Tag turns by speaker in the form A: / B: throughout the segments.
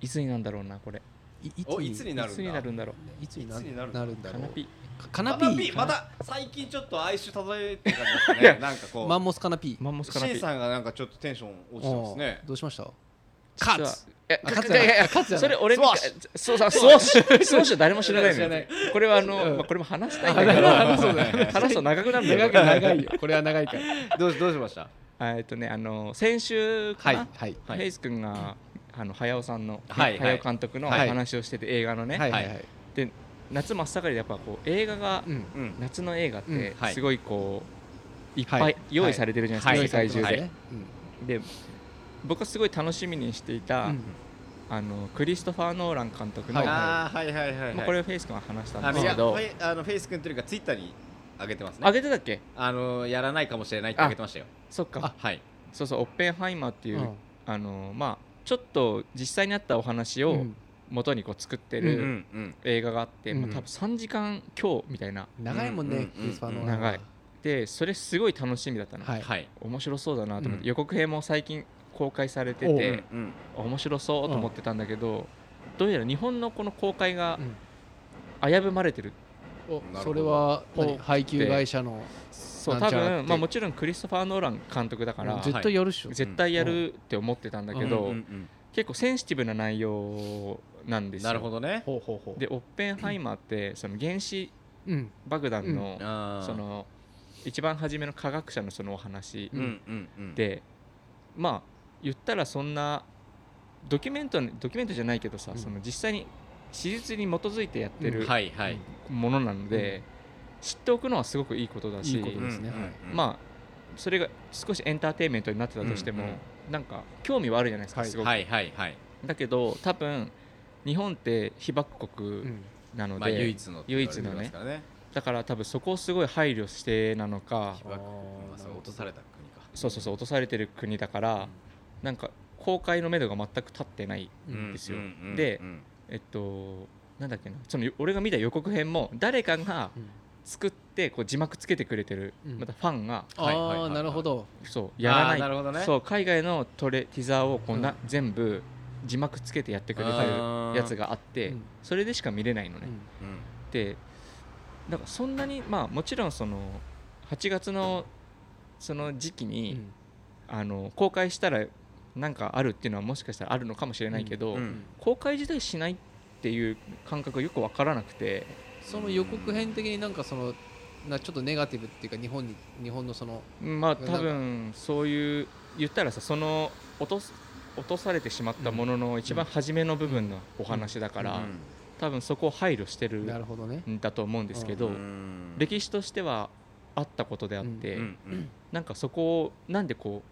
A: いつになんだろうなこれ
B: い
C: おいつになるんだ
A: いつになるんだろういつ
C: い
A: に
C: つになるんだ
B: なるんだ
A: カ
B: ろ
A: ナ
B: う
A: ピ
B: かカ
C: カ
B: ナ
C: ナ
B: ピ
C: ピ
B: ー
C: また最近ちょっと哀愁漂えって感じですねなんかこう
B: マンモスカナピー
A: マンモスカナピ
C: C さんがなんかちょっとテンション落ちてますね
B: おうどうしました
A: 実は
B: カツ
A: いや
B: あカツ
A: いやいやいや
B: あカツじゃない
A: それ俺に
C: スワッシ
A: そうそうスワッシュスワッシュ誰も知らない
C: 知らな
A: のよ
C: い
A: これはあの
B: うん
A: まあこれも話したいんだけど
B: 話そうだよ
A: 話すと長くなるんだ
B: 長
A: よ
B: く長いよ これは長いから
C: どうしどうしました
A: あえっとねあの先週
B: は
A: か
B: い
A: な
B: はい
C: はい
A: ヘイス君があの早尾さんのね
C: はい
A: 早尾監督の
B: はい
A: 話をしてて映画の
B: は
A: ね
B: いはいはい
A: で夏真っ盛りでやっぱこう映画が
B: うん
C: うん
A: 夏の映画っ
B: う
A: て
B: ん
C: はい
A: すごいこういっ
B: は
A: ぱ
B: い
A: い用意されてるじゃないですか世界中
B: は
A: で
B: いうん
A: で僕はすごい楽しみにしていうた
B: ん
A: あのクリストファー・ノーラン監督の
B: はい
C: ああはいはいはい、はい
A: まあこれをフェイス君が話したん
C: あの
A: で
C: い
A: す
C: や
A: け
C: フ
A: ど
C: ェイあのフェイス君というかツイッターに上げてます
A: あ
C: ね
A: げてたっけ
C: あのやらないかもしれないって上げてましたよ
A: そっか
C: はい
A: そうそうオッペンハイマーっていう、
B: うん
A: あのまあちょっと実際にあったお話を
B: うん
A: 元にこう作って
C: う
A: る、
C: んうん
A: 映画があって、
B: うん
A: まあ、多分3時間強みたいな
B: 長いもん
C: うんう
B: ね
C: ん
B: クリスパーの
A: 長いでそれすごい楽しみだったの、
B: はい
C: はい
A: 面白そうだなと思って、
C: うん
A: 予告編も最近公開されて
B: お
A: て
C: うん
A: 面白そうと思ってたんだけど、どうやら日本のこの公開が
B: うん
A: 危ぶまれてる、
B: お
C: ど
B: それは
A: お
B: 何配給会社の
A: そう
B: なん
A: 多
B: ちゃらって
A: 分、まあ、もちろんクリストファー・ノーラン監督だから、
B: うん絶対やるっしょ
A: 絶対やるって思ってたんだけど、
C: うんうん
A: 結構センシティブな内容なん
C: う
A: で
C: ん
A: すよ
C: なるほどね
B: ほうほうほう
A: でオッペンハイマーってその原子
B: うん
A: 爆弾の、
C: あー
A: その一番初めの科学者のそのお話
C: うんうんうん
A: で、まあ言ったらそんなドキュメントドキュメントじゃないけどさ、
B: うん
A: その実際に史実に基づいてやって
B: う
A: る
C: はいはい
A: ものなので、知っておくのはすごくいいことだし
B: いいこと
C: うん
B: で
C: う
B: すねはい
C: んうん
A: まあそれが少しエンターテインメントになってたとしても、
C: うんうん
A: なんか興味はあるじゃないですか、
B: はい
A: すごく、
C: はいはいはい
A: だけど多分日本って被爆
B: う
A: 国
B: ん
A: なので、
C: まあ唯一のって言われてますからね
A: だから多分そこをすごい配慮してなのか
C: 被爆国まあ
B: あー
C: そう落とされた国か
A: そうそうそう落とされてる国だから、なんか公開の目処が全く立ってない、
B: うん
A: ですよ
C: うんうんうん
A: で
C: うん
A: えっとなんだっけなその俺が見た予告編も誰かが
B: うん
A: 作ってこう字幕つけてくれてる、
B: うん
A: またファンが
C: はいはいはい
B: あ
C: は
B: あ
C: い
B: なるほど
A: そうやらな
C: あー
A: い
C: なるほどね
A: そう海外のトレティザーをこうな、
B: うん
A: 全部字幕つけてやってくれてる
C: あー
A: やつがあって、
B: うん
A: それでしか見れないのね、
B: うん
C: うん
A: でだからそんなにまあもちろんその8月のその時期に、
B: うん
A: あの公開したらなんかあるっていうのはもしかしたらあるのかもしれないけど、
C: うん
A: 公開自体しないっていう感覚がよく分からなくて
B: その予告編的になんかそのなちょっとネガティブっていうか日本に日本のその
A: まあ
B: なんか
A: 多分そういう言ったらさその落とす落とされてしまったものの一番初めの部分のお話だから、
C: うん
A: 多分そこを配慮してる
B: なるほどね
A: んだと思うんですけど、
C: うん
A: 歴史としてはあったことであって、
C: うんうん
A: なんかそこをなんでこ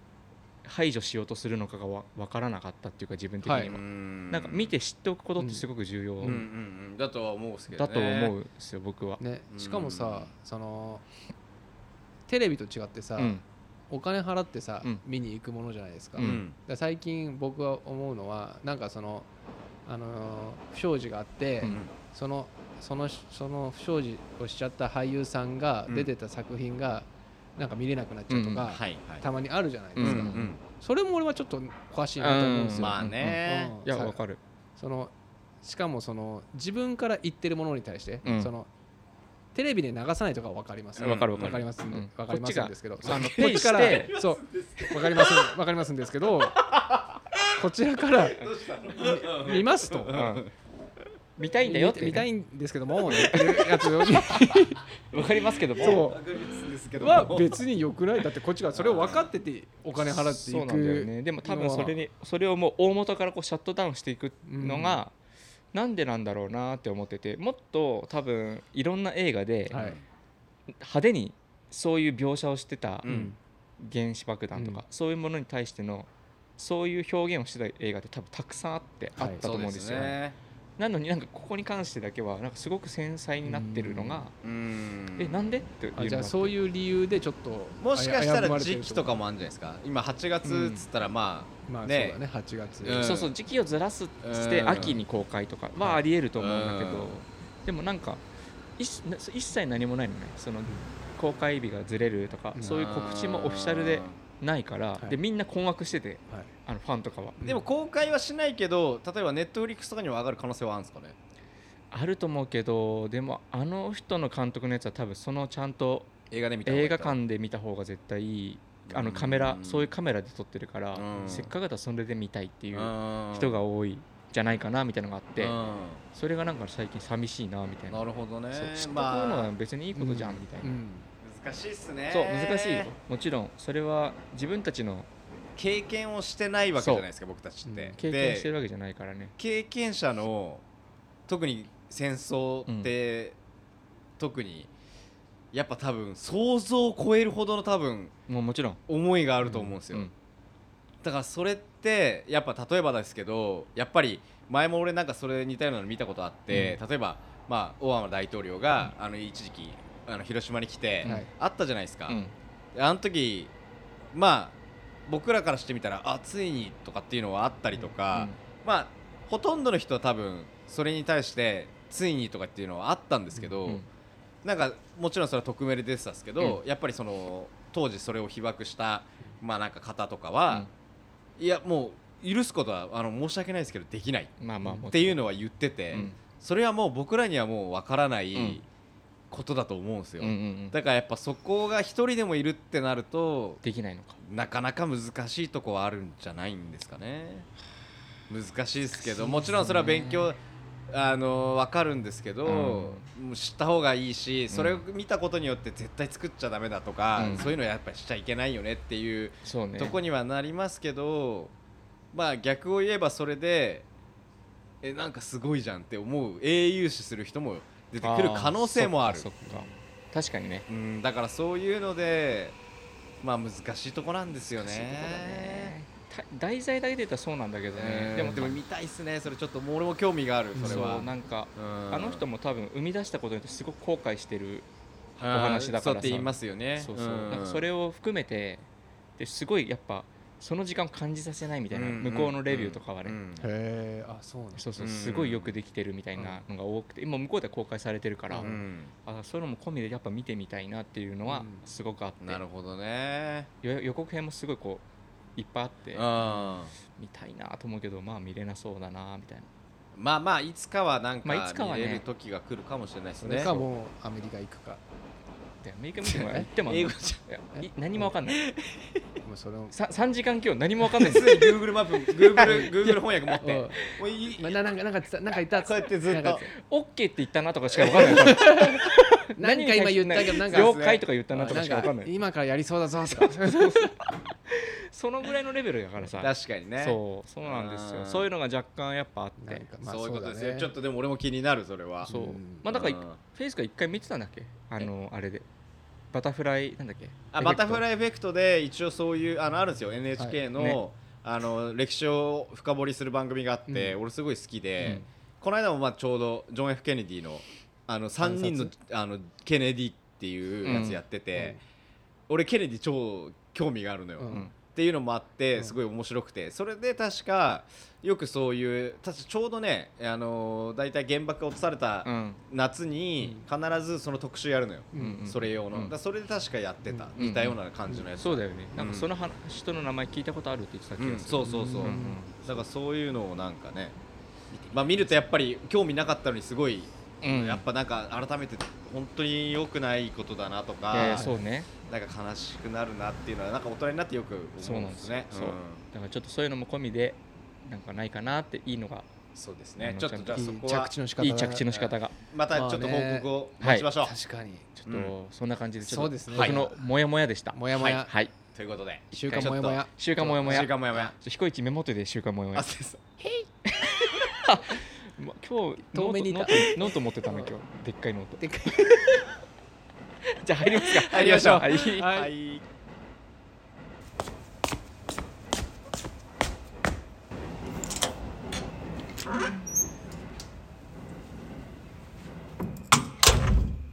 A: う排除しようとするのかがわ分からなかったっていうか自分的には、
B: はい
C: うん
A: なんか見て知っておくことってすごく重要、
C: うんうんうんだとは思うんですけど
A: だ
C: ね
A: と思うんですよ、僕は。
B: ね
C: うん
B: しかもさそのテレビと違ってさ、
A: うん
B: お金払ってさ、
A: うん
B: 見に行くものじゃないですか,、
A: う
B: だ
A: ん
B: から最近僕は思うのはなんかその、あのー不祥事があって、
A: うん
B: そのそのその不祥事をしちゃった俳優さんが
C: うん
B: 出てた作品がなんか見れなくなっちゃうとか、
C: はいはい
B: たまにあるじゃないですか、
A: うん
B: それも俺はちょっとおかしいなと思うんですよ、
C: まあね
A: い
B: うん
A: や、
B: さ
A: わかる。
B: そのしかもその自分から言ってるものに対して、
A: うん
B: そのテレビで流さないとかは分かります
C: うん
A: わかるわ
B: わ
A: か
B: かり
A: る。
B: ますん
A: う
B: で
A: ん
B: わかりませんですけど、そう
A: あの
B: こっちから
A: ペイして
B: そうわかりますわかりますんですけど、こちらからみ見ますと。
A: うん見たいんだよって
B: 見た
A: ね。
B: いんですけどもねっていうやつを
A: わかりますけども。
B: そ
C: ですけ
B: うは別に良くないだってこっちがそれを分かっててお金払っていく
A: そうなんだよね。でも多分それにそれをもう大元からこうシャットダウンしていくのがなんでなんだろうなって思ってて、もっと多分いろんな映画で
B: はい
A: 派手にそういう描写をしてた
C: うん
A: 原子爆弾とか
B: うん
A: そういうものに対してのそういう表現をしてた映画って多分たくさんあってあ
B: はい
A: ったと思うんですよ。
C: ね
A: なのになんかここに関してだけはなんかすごく繊細になってるのが、
C: うん
A: えなんでっていうの
B: あ
A: が
B: じゃあそういう理由でちょっと
C: もしかした
B: 危ぶまれ
C: ら
B: て
C: 時
B: る
C: 期とかもあるんじゃないですか今8月っつったらま
B: まあそうだ
C: ね
B: ね8月
C: うん
A: そうそう時期をずらす
C: うん
A: して秋に公開とかはありえると思うんだけ
C: う
A: ど
C: ん
A: でもなんか一な一切何もないのねその公開日がずれるとか
B: うん
A: そういう告知もオフィシャルでないから、
B: はい
A: でみんな困惑してて
B: はい
A: あのファンとかは
B: うん
C: でも公開はしないけど例えばネットフリックスとかには上がる可能性はあるんですかね
A: あると思うけどでもあの人の監督のやつは多分そのちゃんと
C: 映画で見た方がい
A: 映
C: いか
A: 画館で見た方が絶対いいあのカメラそういうカメラで撮ってるから
C: うん
A: せっかくだったらそれで見たいっていう
C: うん
A: 人が多いじゃないかなみたいなのがあって
C: うん
A: それがなんか最近寂しいなみたいな
C: なるほどね
A: そう知っとくの
C: ま
A: は
C: あ
A: 別にいいことじゃんみたいな
C: 難しいっすね
A: そう難しいよもちろんそれは自分たちの
C: 経験をしてないわけじゃないですか僕たちって、
B: うん
A: 経験して
C: で
A: るわけじゃないからね
C: 経験者の特に戦争って、特にやっぱ多分想像を超えるほどの多分
A: もうもちろん
C: 思いがあると思うんですよ、
A: うん
C: だからそれってやっぱ例えばですけどやっぱり前も俺なんかそれ似たようなの見たことあって、例えば、まあ、オバマ大統領が、あの一時期あの広島に来て、
A: はい
C: あったじゃないですか、
A: うん
C: であの時まあ僕らからしてみたらあついにとかっていうのはあったりとか、まあほとんどの人は多分それに対してついにとかっていうのはあったんですけど、
A: うん
C: なんかもちろんそれは匿名で出てたんですけど、やっぱりその当時それを被爆したまあなんか方とかは、いやもう許すことはあの申し訳ないですけどできない
A: うんまあまあもちろん
C: っていうのは言ってて、
A: うん
C: それはもう僕らにはもうわからな
A: う
C: い
A: ん
C: ことだと思うんですよ、
A: うんうんうん
C: だからやっぱそこが一人でもいるってなると
A: できないのか
C: なかなか難しいとこはあるんじゃないんですかね難しいですけどもちろんそれは勉強あの分かるんですけど、もう知った方がいいしそれを見たことによって絶対作っちゃダメだとか、
A: うん
C: そういうのはやっぱりしちゃいけないよねっていう
A: そうね
C: とこにはなりますけど、まあ逆を言えばそれでえなんかすごいじゃんって思う英雄視する人も出てくる可能性もある
A: そっかそっか確かにね
C: うん、だからそういうのでまあ難しいとこなんですよね
A: そういうとこだねた題材だけで言ったらそうなんだけどね
C: で
A: で
C: も
A: も
C: でも見たいっすねそれちょっともう俺も興味があるそれは
A: そうなんかあ
C: あ
A: の人
C: も
A: も多分生み出したことによってすごく後悔してる
C: お
A: 話だからさ
C: そうって言いますよね
A: そうそうなんかそれ
C: を
A: を含めてですごいやっぱその時間を感じさせないみたいな向こうのレビューとかはね
B: へえあそうなん
A: そうそううんすごいよくできてるみたいなのが多くて今向こうでは公開されてるから
B: うん
A: あそういうのも込みでやっぱ見てみたいなっていうのは
B: うん
A: すごくあっ
C: な
A: て
C: るほどね
A: よ予告編もすごいこういっぱいあって
C: うんま
A: 見たいなと思うけどまあ見れなそうだなみたいな
C: あまあいつかはなん
A: まあい
C: か
A: つかは
C: 見
A: ね
C: れる時が来るかもしれないです
B: そ
C: ね
B: れかもうアメリカ行くか
A: でアメリカ見てもやってもあの
C: 英語じ
A: いやい何もわかんない
B: もうそれを
A: さ3時間今日何もわかんないで
C: ゃ
A: す
C: ん Google マップ Google, Google 翻訳持って
B: うん
C: おいい
B: なななんかなんかつなんか言った
C: そうやってずっと
B: なんか
A: OK って言ったなとかしかわかんないから
B: なんか今言ったけどなんか
A: 了解とか言ったなとかしかわかんなん
B: な
A: い
B: か今からやりそうだぞとか
A: そのぐらいのレベルだからさ
C: 確かにね
A: そうそうなんです
C: う
A: よ
C: ん
A: そういうのが若干やっぱあっ
B: なん
A: て
B: か
C: そういうことです
B: だ
C: よ、
B: ね
C: ちょっとでも俺も気になるそれは
A: そう
B: うん
A: まあだから
C: うん
A: フェイスが一回見てたんだっけあのあれでバタフライなんだっけ
C: あバタフ
A: イ
C: ライエフェクトで一応そういうあのあるんですよ NHK の,、
A: はいね
C: あの歴史を深掘りする番組があって、俺すごい好きで、
A: うん
C: この間もまあちょうどジョン・ F ・ケネディのあの3人の
B: 暗
C: あのケネディっていうやつやってて、俺ケネディ超興味があるのよ、
B: う
A: うんん
C: っていうのもあって
B: うん
C: すごい面白くてそれで確かよくそういう確かちょうどねあの大体原爆が落とされた
A: うん
C: 夏に必ずその特集やるのよ、
B: うん
A: うんうん
C: それ用の、
A: うん
C: だからそれで確かやってた、
B: うん
C: 似たような感じのやつ、
A: そうだよねなん
C: うん
A: かその話人の名前聞いたことあるって言ってた気
C: うん
A: がす
C: そ
A: る
C: うそうそう、
B: うん
C: だからそういうのをなんかねまあ見るとやっぱり興味なかったのにすごい、
A: うん
C: やっぱなんか改めて本当に良くないことだなとか、
A: いやいやそうね
C: なんか悲しくなるなっていうのはなんか大人になってよく
A: そ
C: 思
A: う
C: う
A: なんんで
C: で
A: すすよ
C: ね
A: そうだからちょっとそういうのも込みでなんかないかなっていいのが
C: そうですね
A: うん
C: ちょっとじゃあ
B: い
C: そ
B: い
C: こ
B: 着
C: は
B: 地の仕方だ
A: いい着地の仕方が
C: またちょっと報告を待ちましょう、
B: 確かに
A: ちょっとそんな感じでちょ
B: そ
A: っ
B: うで
A: と
B: すね
A: 僕のモヤモヤでした
B: もやもや、
A: はい
C: ということで
B: 週刊もやもや
A: 週刊もやもや
C: 週刊もやもや
A: 彦一メモってで週刊もやもや
C: あそうです
A: ま今日
B: 遠目にいた
A: ノートノートノート持ってたの今日でっかいノート
B: でっかい
A: じゃあ入りますか
C: 入りましょう
A: はい
B: はい
C: はい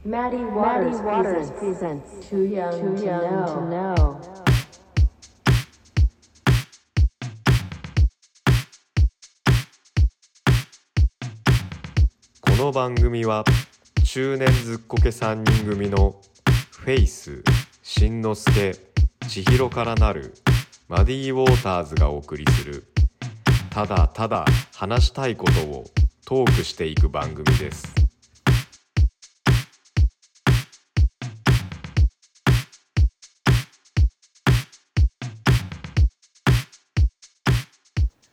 D: Maddie Waters,
E: Waters
D: presents,
E: presents
D: Too Young,
E: Too
D: to,
E: Young
D: know.
E: to Know.
F: この番組は中年ずっこけ3人組のフェイスしんのすけ
E: 千尋からなるマディ・ウォーターズがお送りするただただ話したいことをトークしていく番組です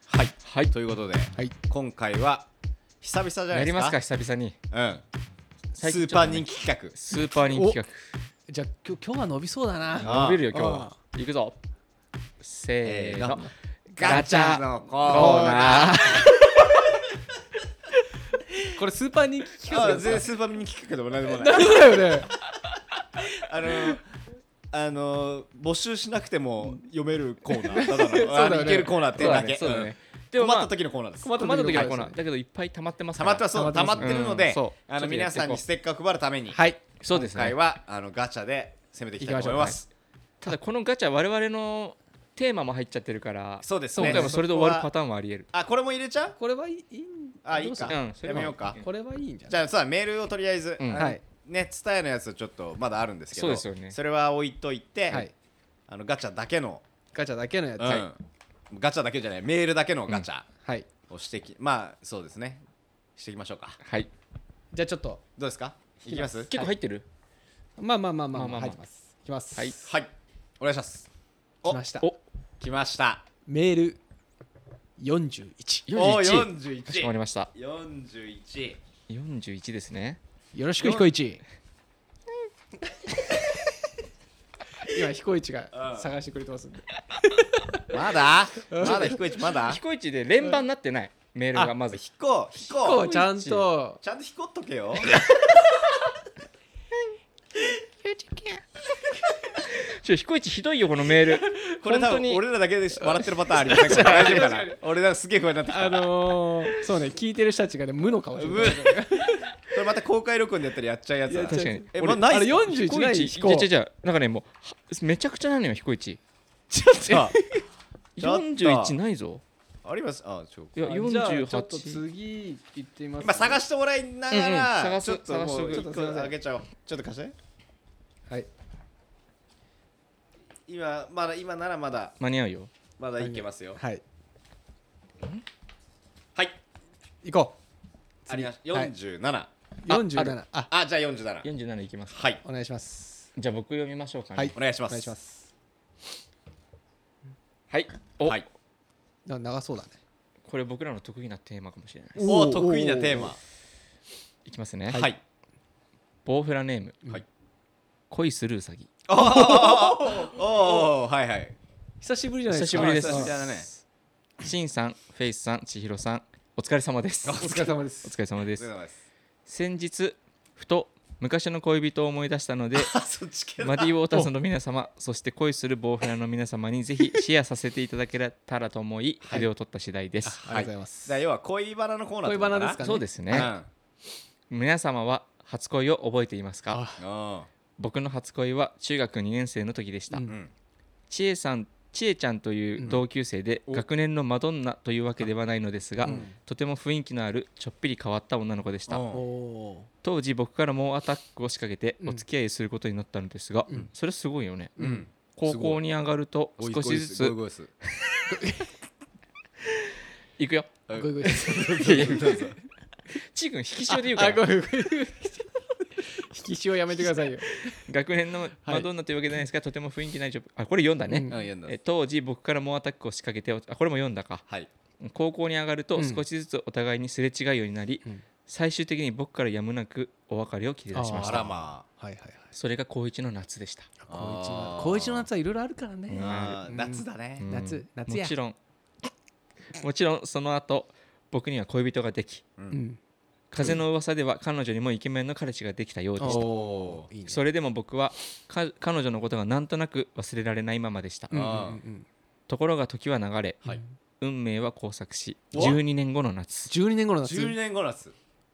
C: はい、
A: はい
C: ということで、
B: はい
C: 今回は久々じゃな
A: や
C: い
A: り
C: ですか
A: ますか久々に
C: うんス
A: 最近
C: ーパー人気企
A: スーパー人気企
B: じゃあ今日今日は伸びそうだ な
A: 画
C: 画
A: 伸びるよ今日は
B: あ
A: 行くぞせーの
C: ガ
A: ガ
C: チ
A: チ
C: ャ
A: ャ
C: の
A: の
C: コ
A: コ
C: ー
A: ー
C: ナー
A: ナー
B: これスーパー人気企
C: あ
B: 画
C: 全然スーパー人気企画でも何でもな い
B: だよね
C: あのあの募集しなくても読めるコ ーナーただの
B: だよね
C: あのいけるコーナーって
A: そうだ
C: だ
A: ね
C: け
A: そうだね
C: うん
A: でもまあ
C: 困った時のコーナーです
B: 困った
A: まだ時の
B: コ
A: コ
B: ー
A: ー
B: ナ
A: ナ
B: ー
A: ーだけどいっぱい溜まってます
C: た
A: か
C: ま
A: ら
C: ってはそう溜
B: 溜
C: ま
B: ま
C: っ
B: ってて
A: ます
C: るので
A: うんそう
C: あ
A: ちょ
C: の
A: っとや
C: 皆
A: っていこう
C: さんにステッカー配るために
A: はいそうです
C: 今
A: ね
C: 回はあのガチャで攻めていきたいと思います
A: ただこのガチャ我々のテーマも入っちゃってるから
C: そうですね
A: 今回もそれで終わるパ
C: ターン
A: ターンもありえる
C: あこれも入れちゃう
B: これはいいいい
C: あい
B: ど
C: いう
B: す
C: か
B: る
A: うんそれ
C: や
A: も
C: めようか
B: これはいいんじゃ
C: じ
B: ない
C: ゃあさメールをとりあえず
A: うん
C: あの
B: はい
C: ね伝えのやつちょっとまだあるんですけ
A: そ
C: ど
A: うですよね
C: それは置いとい
B: は
C: て
B: い
C: あのガチャだけの
B: ガチャだけのやつ
C: うん
B: はい
C: ガチャだけじゃないメールだけのガチャ
B: はい
C: をしてきまあそうですねしていきましょうか
A: はい
B: じゃあちょっと
C: どうですかいきます
A: 結構入ってる
B: まあまあまあまあ
A: ま
B: ま
A: あまあま
B: あ
A: あ
B: 入ってますいきます
A: はい
C: はいお願いします
B: 来ました
A: お
C: 来ました
B: メール41
C: お
A: 41
C: 41
A: かしこまりました
C: 41
A: 41ですね
B: よろしく彦一今彦一が探してくれてますんで
C: まだまだ彦一まだ
A: 彦一で連番になってないメールがまず
C: 彦彦
B: 彦ちゃんと
C: ちゃんと彦っとけよ
A: ちょ彦一ひどいよこのメール
C: これ
A: 本
C: 多
A: 当
C: 分
A: に
C: 俺らだけで笑ってるパターンありませんか大丈夫かな俺らすげえ不安になってきた
B: あのー、そうね聞いてる人たちがね無の顔して
C: うぶ
B: る
C: これまた公開録音でやったらやっちゃうやつだ
B: やっちゃう確かに
C: え、
B: 俺
C: まあ、ないっす
B: あれ41
A: 彦
B: ない
A: 一
B: 彦
A: じゃじゃじゃなんかねもうはめちゃくちゃなのよ彦一
B: ちょっと
C: あちょっと
A: 41ないぞ
C: ありますあ、ちょ
A: いや
B: じゃあちょっ
A: 48
B: と次行ってみます
C: 今探してもらいなが
A: うんうん
C: ら
A: 探す
C: ちょっともう
A: 探し
B: と
C: 一
B: く
C: 個あげちゃおうちょっと貸して
B: はい
C: 今まだ今ならまだ
A: 間に合うよ
C: まだいけますよ
B: はい
C: はい
B: 行こ
C: ありました
B: はい
C: 47
B: う47あ
C: あ、じゃあ47
A: 47いきます
C: はい
B: お願いします
A: じゃあ僕読みましょうかね
B: はい
C: お願いしま
B: お願いしますす
A: はいお
C: はい
B: な長そうだね
A: これ僕らの得意なテーマかもしれないです
C: お
B: おー
C: 得意なテーマ
A: いきますね
C: はい
A: ボウフラネーム
C: はい
A: 恋するうさぎ
C: おおはいはい
B: 久しぶりじゃないですか
A: 久しぶりです
B: あ
C: 久しぶりだね
A: しんさんフェイスさん千尋さんお疲れ様です
B: お疲れ様です
A: お疲れ様で
C: お疲れ
A: す
C: 様です
A: 先日ふと昔の恋人を思い出したの で
C: あ、そっち系だ
A: マディ・ウォーターズの皆様そして恋するボウフラの皆様にぜひシェアさせていただけたらと思い筆を取った次第です
B: ありがとうございます
C: じゃあ要は恋バナのコーナーってこと
B: 恋バナですか
A: そうです
C: うん
A: ね皆様は初恋を覚えていますか
C: あ
A: 僕の初恋は中学2年生の時でした、
B: う
C: ー
B: ん
C: うん
A: 千恵さん千恵ちゃんという同級生で、
C: お
A: 学年のマドンナというわけではないのですが、とても雰囲気のあるちょっぴり変わった女の子でした、
C: うん
B: おお
A: 当時僕から猛アタックを仕掛けて
B: うん
A: お付き合いすることになったのですが、
B: うん
A: それすごいよね、
C: うん
A: 高校に上がると
C: ゴイ
A: 少しず
C: ゴイ
A: つ
C: ゴイス
A: いくよ
C: ゴイ
B: ご
C: ゴ
B: いご
C: イ
B: いです
A: ちーくん引き潮で言うか
B: あご
A: ら
B: めんごめん引き潮やめてくださいよ
A: 学年のマドンナというわけじゃないですが、とても雰囲気ないちょあこれ読んだ
B: うん
A: ね、
C: うん読んだ
A: え当時僕から猛アタックを仕掛けておあこれも読んだか
C: はい
A: 高校に上がると
B: うん
A: 少しずつお互いにすれ違うようになり、
B: うん
A: 最終的に僕からやむなくお別れを切り出しまし
C: あ
A: た
C: らま
B: はいはいはい
A: それが高一の夏でした、
B: 高一
C: あ
B: の
C: ー
B: 高一の夏はいろいろあるからね、
A: うん
C: あー
B: うん
C: 夏だね
A: うん
B: 夏夏や
A: もちろん もちろんその後僕には恋人ができ
B: うん
A: 風の噂では彼女にもイケメンの彼氏ができたようでした
C: お
B: いいね
A: それでも僕はか彼女のことがなんとなく忘れられないままでした、
B: うんうん
C: あー
B: うん
A: ところが時は流れ、
C: はい
A: 運命は交錯し
C: お
A: 12年後の夏
B: 12年後の夏
C: 12年後の夏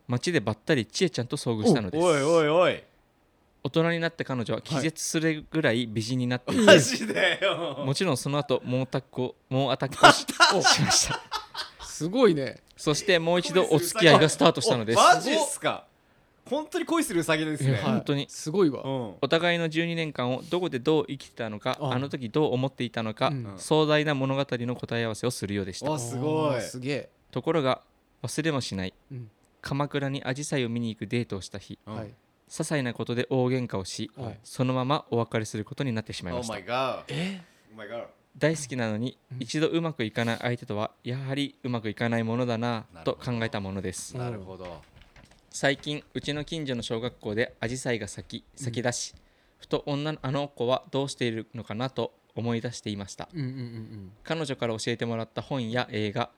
A: 街でばったり千恵ちゃんと遭遇したのです
C: おいおいおい
A: 大人になった彼女は気絶するぐらい美人になっていて、
C: マジでよ
A: もちろんその後猛アタックを猛アタックをししました
B: すごいね
A: そしてもう一度お付き合いがスタートしたのです
C: おマジっすか本当に恋するウサギですね、
B: いや
A: 本当に
B: すごいわ、
C: うん
A: お互いの12年間をどこでどう生きてたのか
B: あ
A: あの時どう思っていたのか、
B: うん
A: 壮大な物語の答え合わせをするようでした
C: あすごい
B: あーすげえ、
A: ところが忘れもしない
B: うん
A: 鎌倉にアジサイを見に行くデートをした日
B: はい
A: 些細なことで大喧嘩をし、
B: はい
A: そのままお別れすることになってしまいました
C: my god え Oh my god
A: 大好きなのに
B: うん
A: 一度うまくいかない相手とはやはりうまくいかないものだな
C: なる
A: と
C: ほど
A: 考えたものです
B: うん
C: なるほど
A: 最近うちの近所の小学校でアジサイが咲き咲き出し、ふと女のあの子はどうしているのかなと思い出していました
B: うんうんうん
A: 彼女から教えてもらった本や映画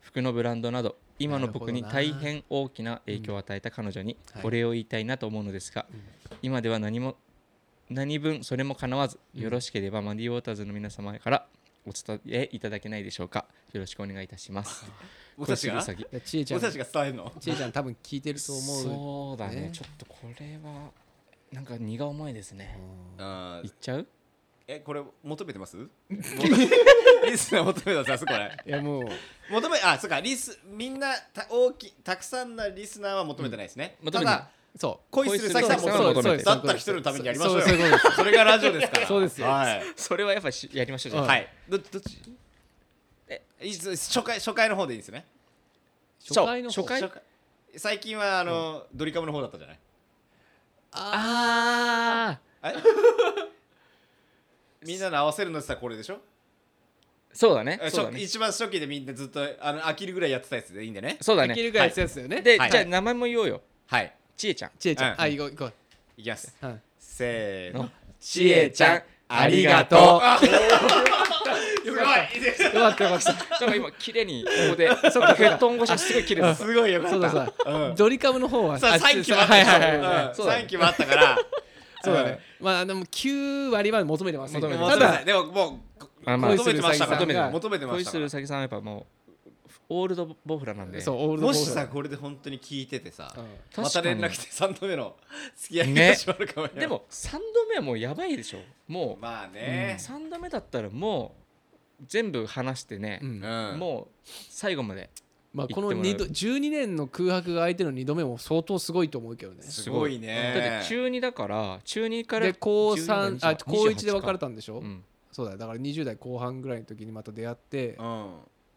A: 服のブランドなど今の僕に
B: なるほ
A: 大
B: どな
A: 変大きな影響を与えた彼女に
B: はい
A: お礼を言いたいなと思うのですが、今では何も何分それもかなわず、
B: うん
A: よろしければマディウォーターズの皆様からお伝えいただけないでしょうかよろしくお願いいたします
C: 僕たちが
A: 小杉うさぎ
B: うんちえちゃん
C: 僕
B: ち
C: たちが伝えるの
B: えちゃん多分聞いてると思う
A: そうだね
B: ね
A: ちょっとこれはなんか荷が重いですね
C: あ
A: いっ
C: ー
A: ちゃう
C: えこれ求めてます リスナー求めてますこれ
B: いやもう
C: 求めあそうかリスみんなた大きたくさんなリスナーは求めてないですね、
A: うん求
C: た
A: めてない
C: だ
B: そう
C: 恋する先さんも
A: そう
C: 求
A: そうそ
C: め
A: う
C: てだったら一人のためにやりましょうよ
B: そうそういうこと
C: それがラジオですから
B: そうですよ
C: はい、
A: それはやっぱしやりましょうじゃあ
B: うん
C: はい、どどっちえいつ初回初回の方でいいんですよね
B: 初回の方
A: 初回
C: 初回最近はあの、ドリカムの方だったじゃない
B: ああ
C: えみんなの合わせるのってさこれでしょ
A: そうだね
C: え
A: そうだ
C: 初
A: ね
C: 一番初期でみんなずっとあの飽きるぐらいやってたやつでいいんでね
A: そうだ
B: でき
A: ね
B: るぐらいのやつだよね
A: で、
C: はい
A: じゃあ名前も言おうよ
C: はい
A: ちえちゃん
B: ちえちゃん
C: うん
B: あ行こう行こ
C: いきます
B: うはい
C: せーの
A: の
C: ちえちゃんありがとう
B: あよかったよかっ
C: すごい
B: た
A: だから今綺麗にここ でヘッドン越しにすごい綺麗です
C: すごいよかった
B: そうださ
C: うん
B: ドリカムの方は
C: さ
B: あ
C: 3期もあ
B: は
C: った
B: い
C: でし
B: はい
C: ょ
B: はい
C: うん
A: そうだね
C: 三期もあったから
B: そうだねまあでも9割は求めてません
A: 求めてま
B: た
A: せん
C: ただ
B: だ
C: でももう
A: あまあ
B: 恋
C: 求
B: す
C: めて
B: る
C: ましたか
A: 求めて
C: ら
A: ま
C: 求めてま
A: 恋
C: した
A: す
C: か
A: る
C: ら
A: うさぎさんはやっぱもうオールドボフラなんで
B: そうオールド
C: もし
B: ボール
C: さこれで本当に聞いててさ
B: うん
C: また
A: 確かに
C: 連絡来て3度目の付き合いが
A: ね
C: 始まるかもよ
A: でも3度目はもうやばいでしょもう
C: まあね
A: 3度目だったらもう全部話してね
B: う、ん
C: うん
A: もう最後まで
B: まあ
A: 言
B: こ
A: っ
B: の
A: てもらう
B: 二度12年の空白が相手の2度目も相当すごいと思うけどね
C: すごい
A: だっ
C: ね
A: て中2だから中2から
B: で高
A: 12が28
B: 3あ高1で別れたんでしょ、
A: うん
B: そうだよだから20代後半ぐらいの時にまた出会って
C: う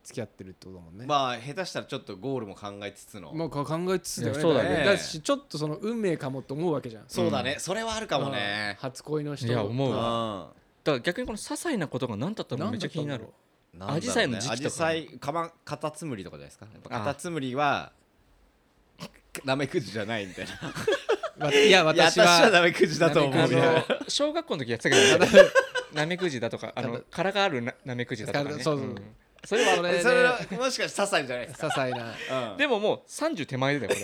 B: 付き合ってるってことだもんね
C: んまあ下手したらちょっとゴールも考えつつの
B: まあ、か考えつつだよね
A: いやそうだね
B: からしちょっとその運命かもって思うわけじゃん
C: そうだねそれはあるかもね
B: うん初恋の人
A: いや思
C: う
A: うんわだから逆にこの些細なことが何だったのかめっちゃ気になる
C: なんだろうね
A: アジサイの時期とか
C: アジサイかまカタツムリとかじゃないですかやっぱカタツムリはナメクジじゃないみたいな
B: わいや
C: いや
B: 私
C: 私は
B: は
C: ナメクジだと思う
A: あ
C: みたいな
A: の小学校の時やってたけどね ナメクジだとかあの殻があるなナメクジだとかね
B: そうそうん
A: それは
B: それで
C: それはもしかして些細じゃないです
B: 些細な
C: か、うん
A: でももう30手前だ よこ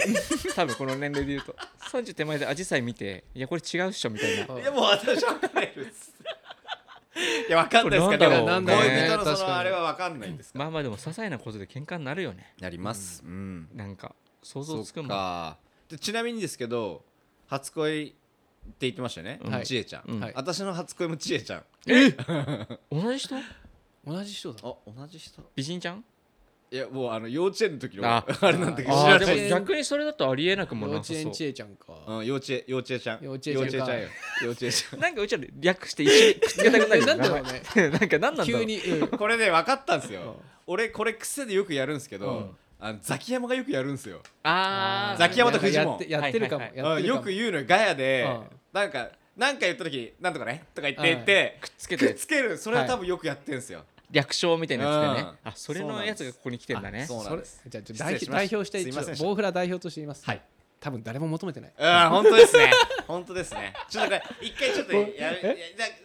A: れ多分この年齢で言うと30手前でアジサイ見ていやこれ違うっしょみたいな
B: うん
C: いやもう私は分かんないです。 いや分かんないですけ
A: こ
C: ど、
A: れ
C: こ
A: なん
C: う
A: だろうね
C: いう人の
B: 確か
C: そ
B: に
C: のあれは分かんないんですか。
A: まあまあでも些細なことで喧嘩になるよね
C: なります。うん。
A: なんか想
C: そ
A: 像つく
C: っ
A: もん
C: か。でちなみにですけど、初恋って言ってましたよね。
B: はい
C: ちえちゃん、
A: うん
B: はい
C: 私の初恋もちえちゃん。
A: 同じ人
B: 同じ人だ
C: あ、同じ人。
A: 美人ちゃん
C: いやもうあの幼稚園の時の
A: あ
C: あれなんだけど
B: あー
C: 知ら
A: で
C: ない
A: も逆にそれだとありえなくも
B: 幼
A: なさそ
B: 稚
A: う
B: 園ちえちゃんか
C: うん、幼稚園幼稚園ちゃん。
B: 幼稚園ちゃんか
C: 幼稚園 よ。幼稚園ち
A: なんかうちらで略して一緒にくっつけたくなるよ
B: なんだろうね
A: 名前 なんか何なんだろ
B: 急
A: う
B: にうん
C: ゃん。これで分かったんですよ
B: うん。
C: 俺これ癖でよくやるんですけど、
A: うん
C: あのザキヤマがよくやるんですよ。
A: あー
C: ザキヤマとフジ
B: や
C: モン
B: ってやってるかも
A: はいはい
B: やって
C: う
B: る
C: ん
B: か
C: よ
B: も
C: く言うのよガヤで
B: うん
C: なんかなんか言った時に「なんとかね」とか言って
B: はい
C: 言って
A: くっつ
C: く
A: け
C: ってつけるそれは多分よくやってんすよ
A: 略称みたいなやつでね
C: うん
A: あそれのやつがここに来てんだね
C: あそうなんです
B: それじゃあちょっと
C: 失
B: 代表
C: 礼しました
B: 代表して
C: すいませんで
B: 一
C: した
B: 応ボウフラ代表として言います
C: はい
B: 多分誰も求めてない
C: うん本当ですね 本当ですねちょっとこれ一回ちょっと やや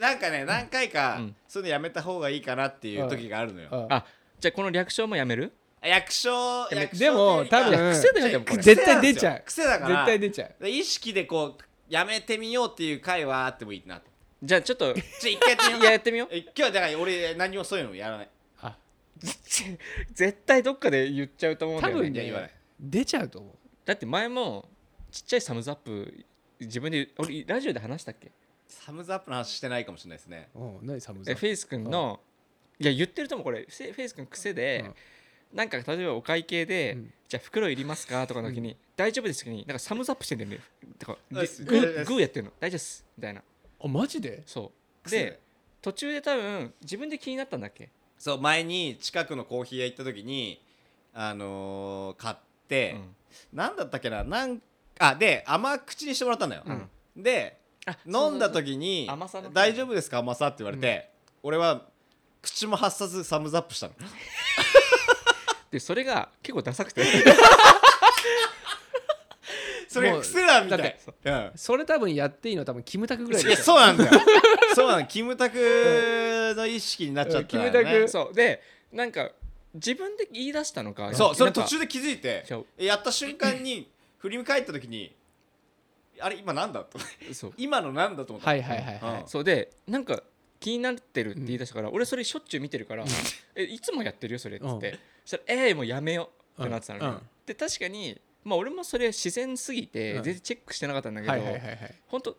C: ななんかね何回か
A: うん
C: そういうのやめた方がいいかなっていう時があるのよ
B: うん
A: あじゃあこの略称もやめる
C: 役所役所
B: でも多
A: いや
B: 分
A: 癖だよでもこれ
B: 絶対出ちゃう
C: 癖だから
B: 絶対出ちゃう
C: 意識でこうやめてみようっていう回はあってもいいなと
A: じゃあちょっと
C: じゃあ一回やってみよう
A: いややってみよう
C: え今日はだから俺何もそういうのやらない
A: 絶対どっかで言っちゃうと思うんだ
B: 多
A: よね
B: 分
C: いや言わない
B: ね出ちゃうと思う
A: だって前もちっちゃいサムズアップ自分で俺ラジオで話したっけ
C: サムズアップの話してないかもしれないですね
B: うん何サムズ
A: え
B: アッ
A: フェイス君の、いや言ってるともこれフェイフェイス君癖で、なんか例えばお会計で、
B: うん
A: じゃあ袋いりますかとかの時に、大丈夫です時になんかサムズアップしてんだよねとか
C: ナ
A: グ
C: イス
A: ーグーやってるの大丈夫ですみたいな
B: あマジで
A: そう
C: 癖だ
A: で途中で多分自分で気になったんだっけ
C: そう前に近くのコーヒー屋行った時にあのー買って、なんだったっけななんあで甘口にしてもらったんだよ、
A: うん
C: で
A: あ
C: 飲んだ時に
A: 甘さの
C: 「大丈夫ですか甘さ」って言われて、俺は口も発さずサムズアップしたの
A: でそれが結構ダサく て
C: それ
B: もう
C: 癖だみたい
B: だって
C: うん
B: それ多分やっていいのは多分キムタクぐらい
C: いや
B: ですよ
C: そうなんだよそうなんだキムタクの意識になっちゃったんだよね
B: うんキムタク
A: そうでなんか自分で言い出したのか
C: そうそ
A: な
C: れ
A: ん
C: 途
A: か
C: 中で気づいて
A: そう
C: やった瞬間に振り返った時にあれ今なんだと
A: そう
C: 今のなんだと思った
B: はいはいはいはい
C: うん
A: そうでなんか気になってるって言い出したから、俺それしょっちゅう見てるから「えいつもやってるよそれ」っつって、そしたら「えー、もうやめよ」ってなってたのね、
B: うんうん
A: で確かにまあ俺もそれ自然すぎて
B: うん
A: 全然チェックしてなかったんだけど、
B: はいはいはいはい
A: ほんと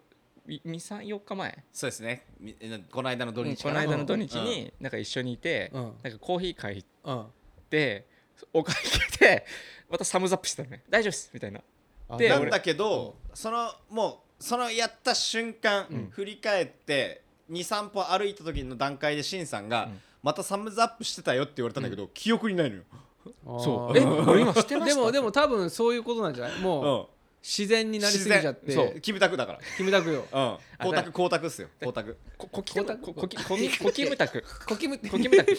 A: 234日前
C: そうですねみこの間の土
A: うん
C: 日
A: こ
C: か
A: の
C: な
A: 間の土日になんか一緒にいて、
B: うん
A: なんかコーヒー買いに行っ
B: うん
A: てお会計でまたサムズアップしてたのね大丈夫ですみたいな
B: あ
A: で
C: なん
A: 俺
C: だけど、そのもうそのやった瞬間、
A: うん
C: 振り返って23歩歩いた時の段階でシンさんが、
A: うん
C: またサムズアップしてたよって言われたんだけど、記憶にないのよ、
A: そう
B: あー
A: え俺今してまし
B: で
A: た
B: もでも多分そういうことなんじゃないもう、
C: うん、
B: 自然になりすぎちゃっ
C: 自然そう
B: て
C: キムタクだか
B: キムタクよ
C: ら、うん、光
A: だ
C: 沢光沢っすよ光沢
A: ここきむ
B: こた
A: ここきこみこきむたく
B: コキムコ
A: こきむたく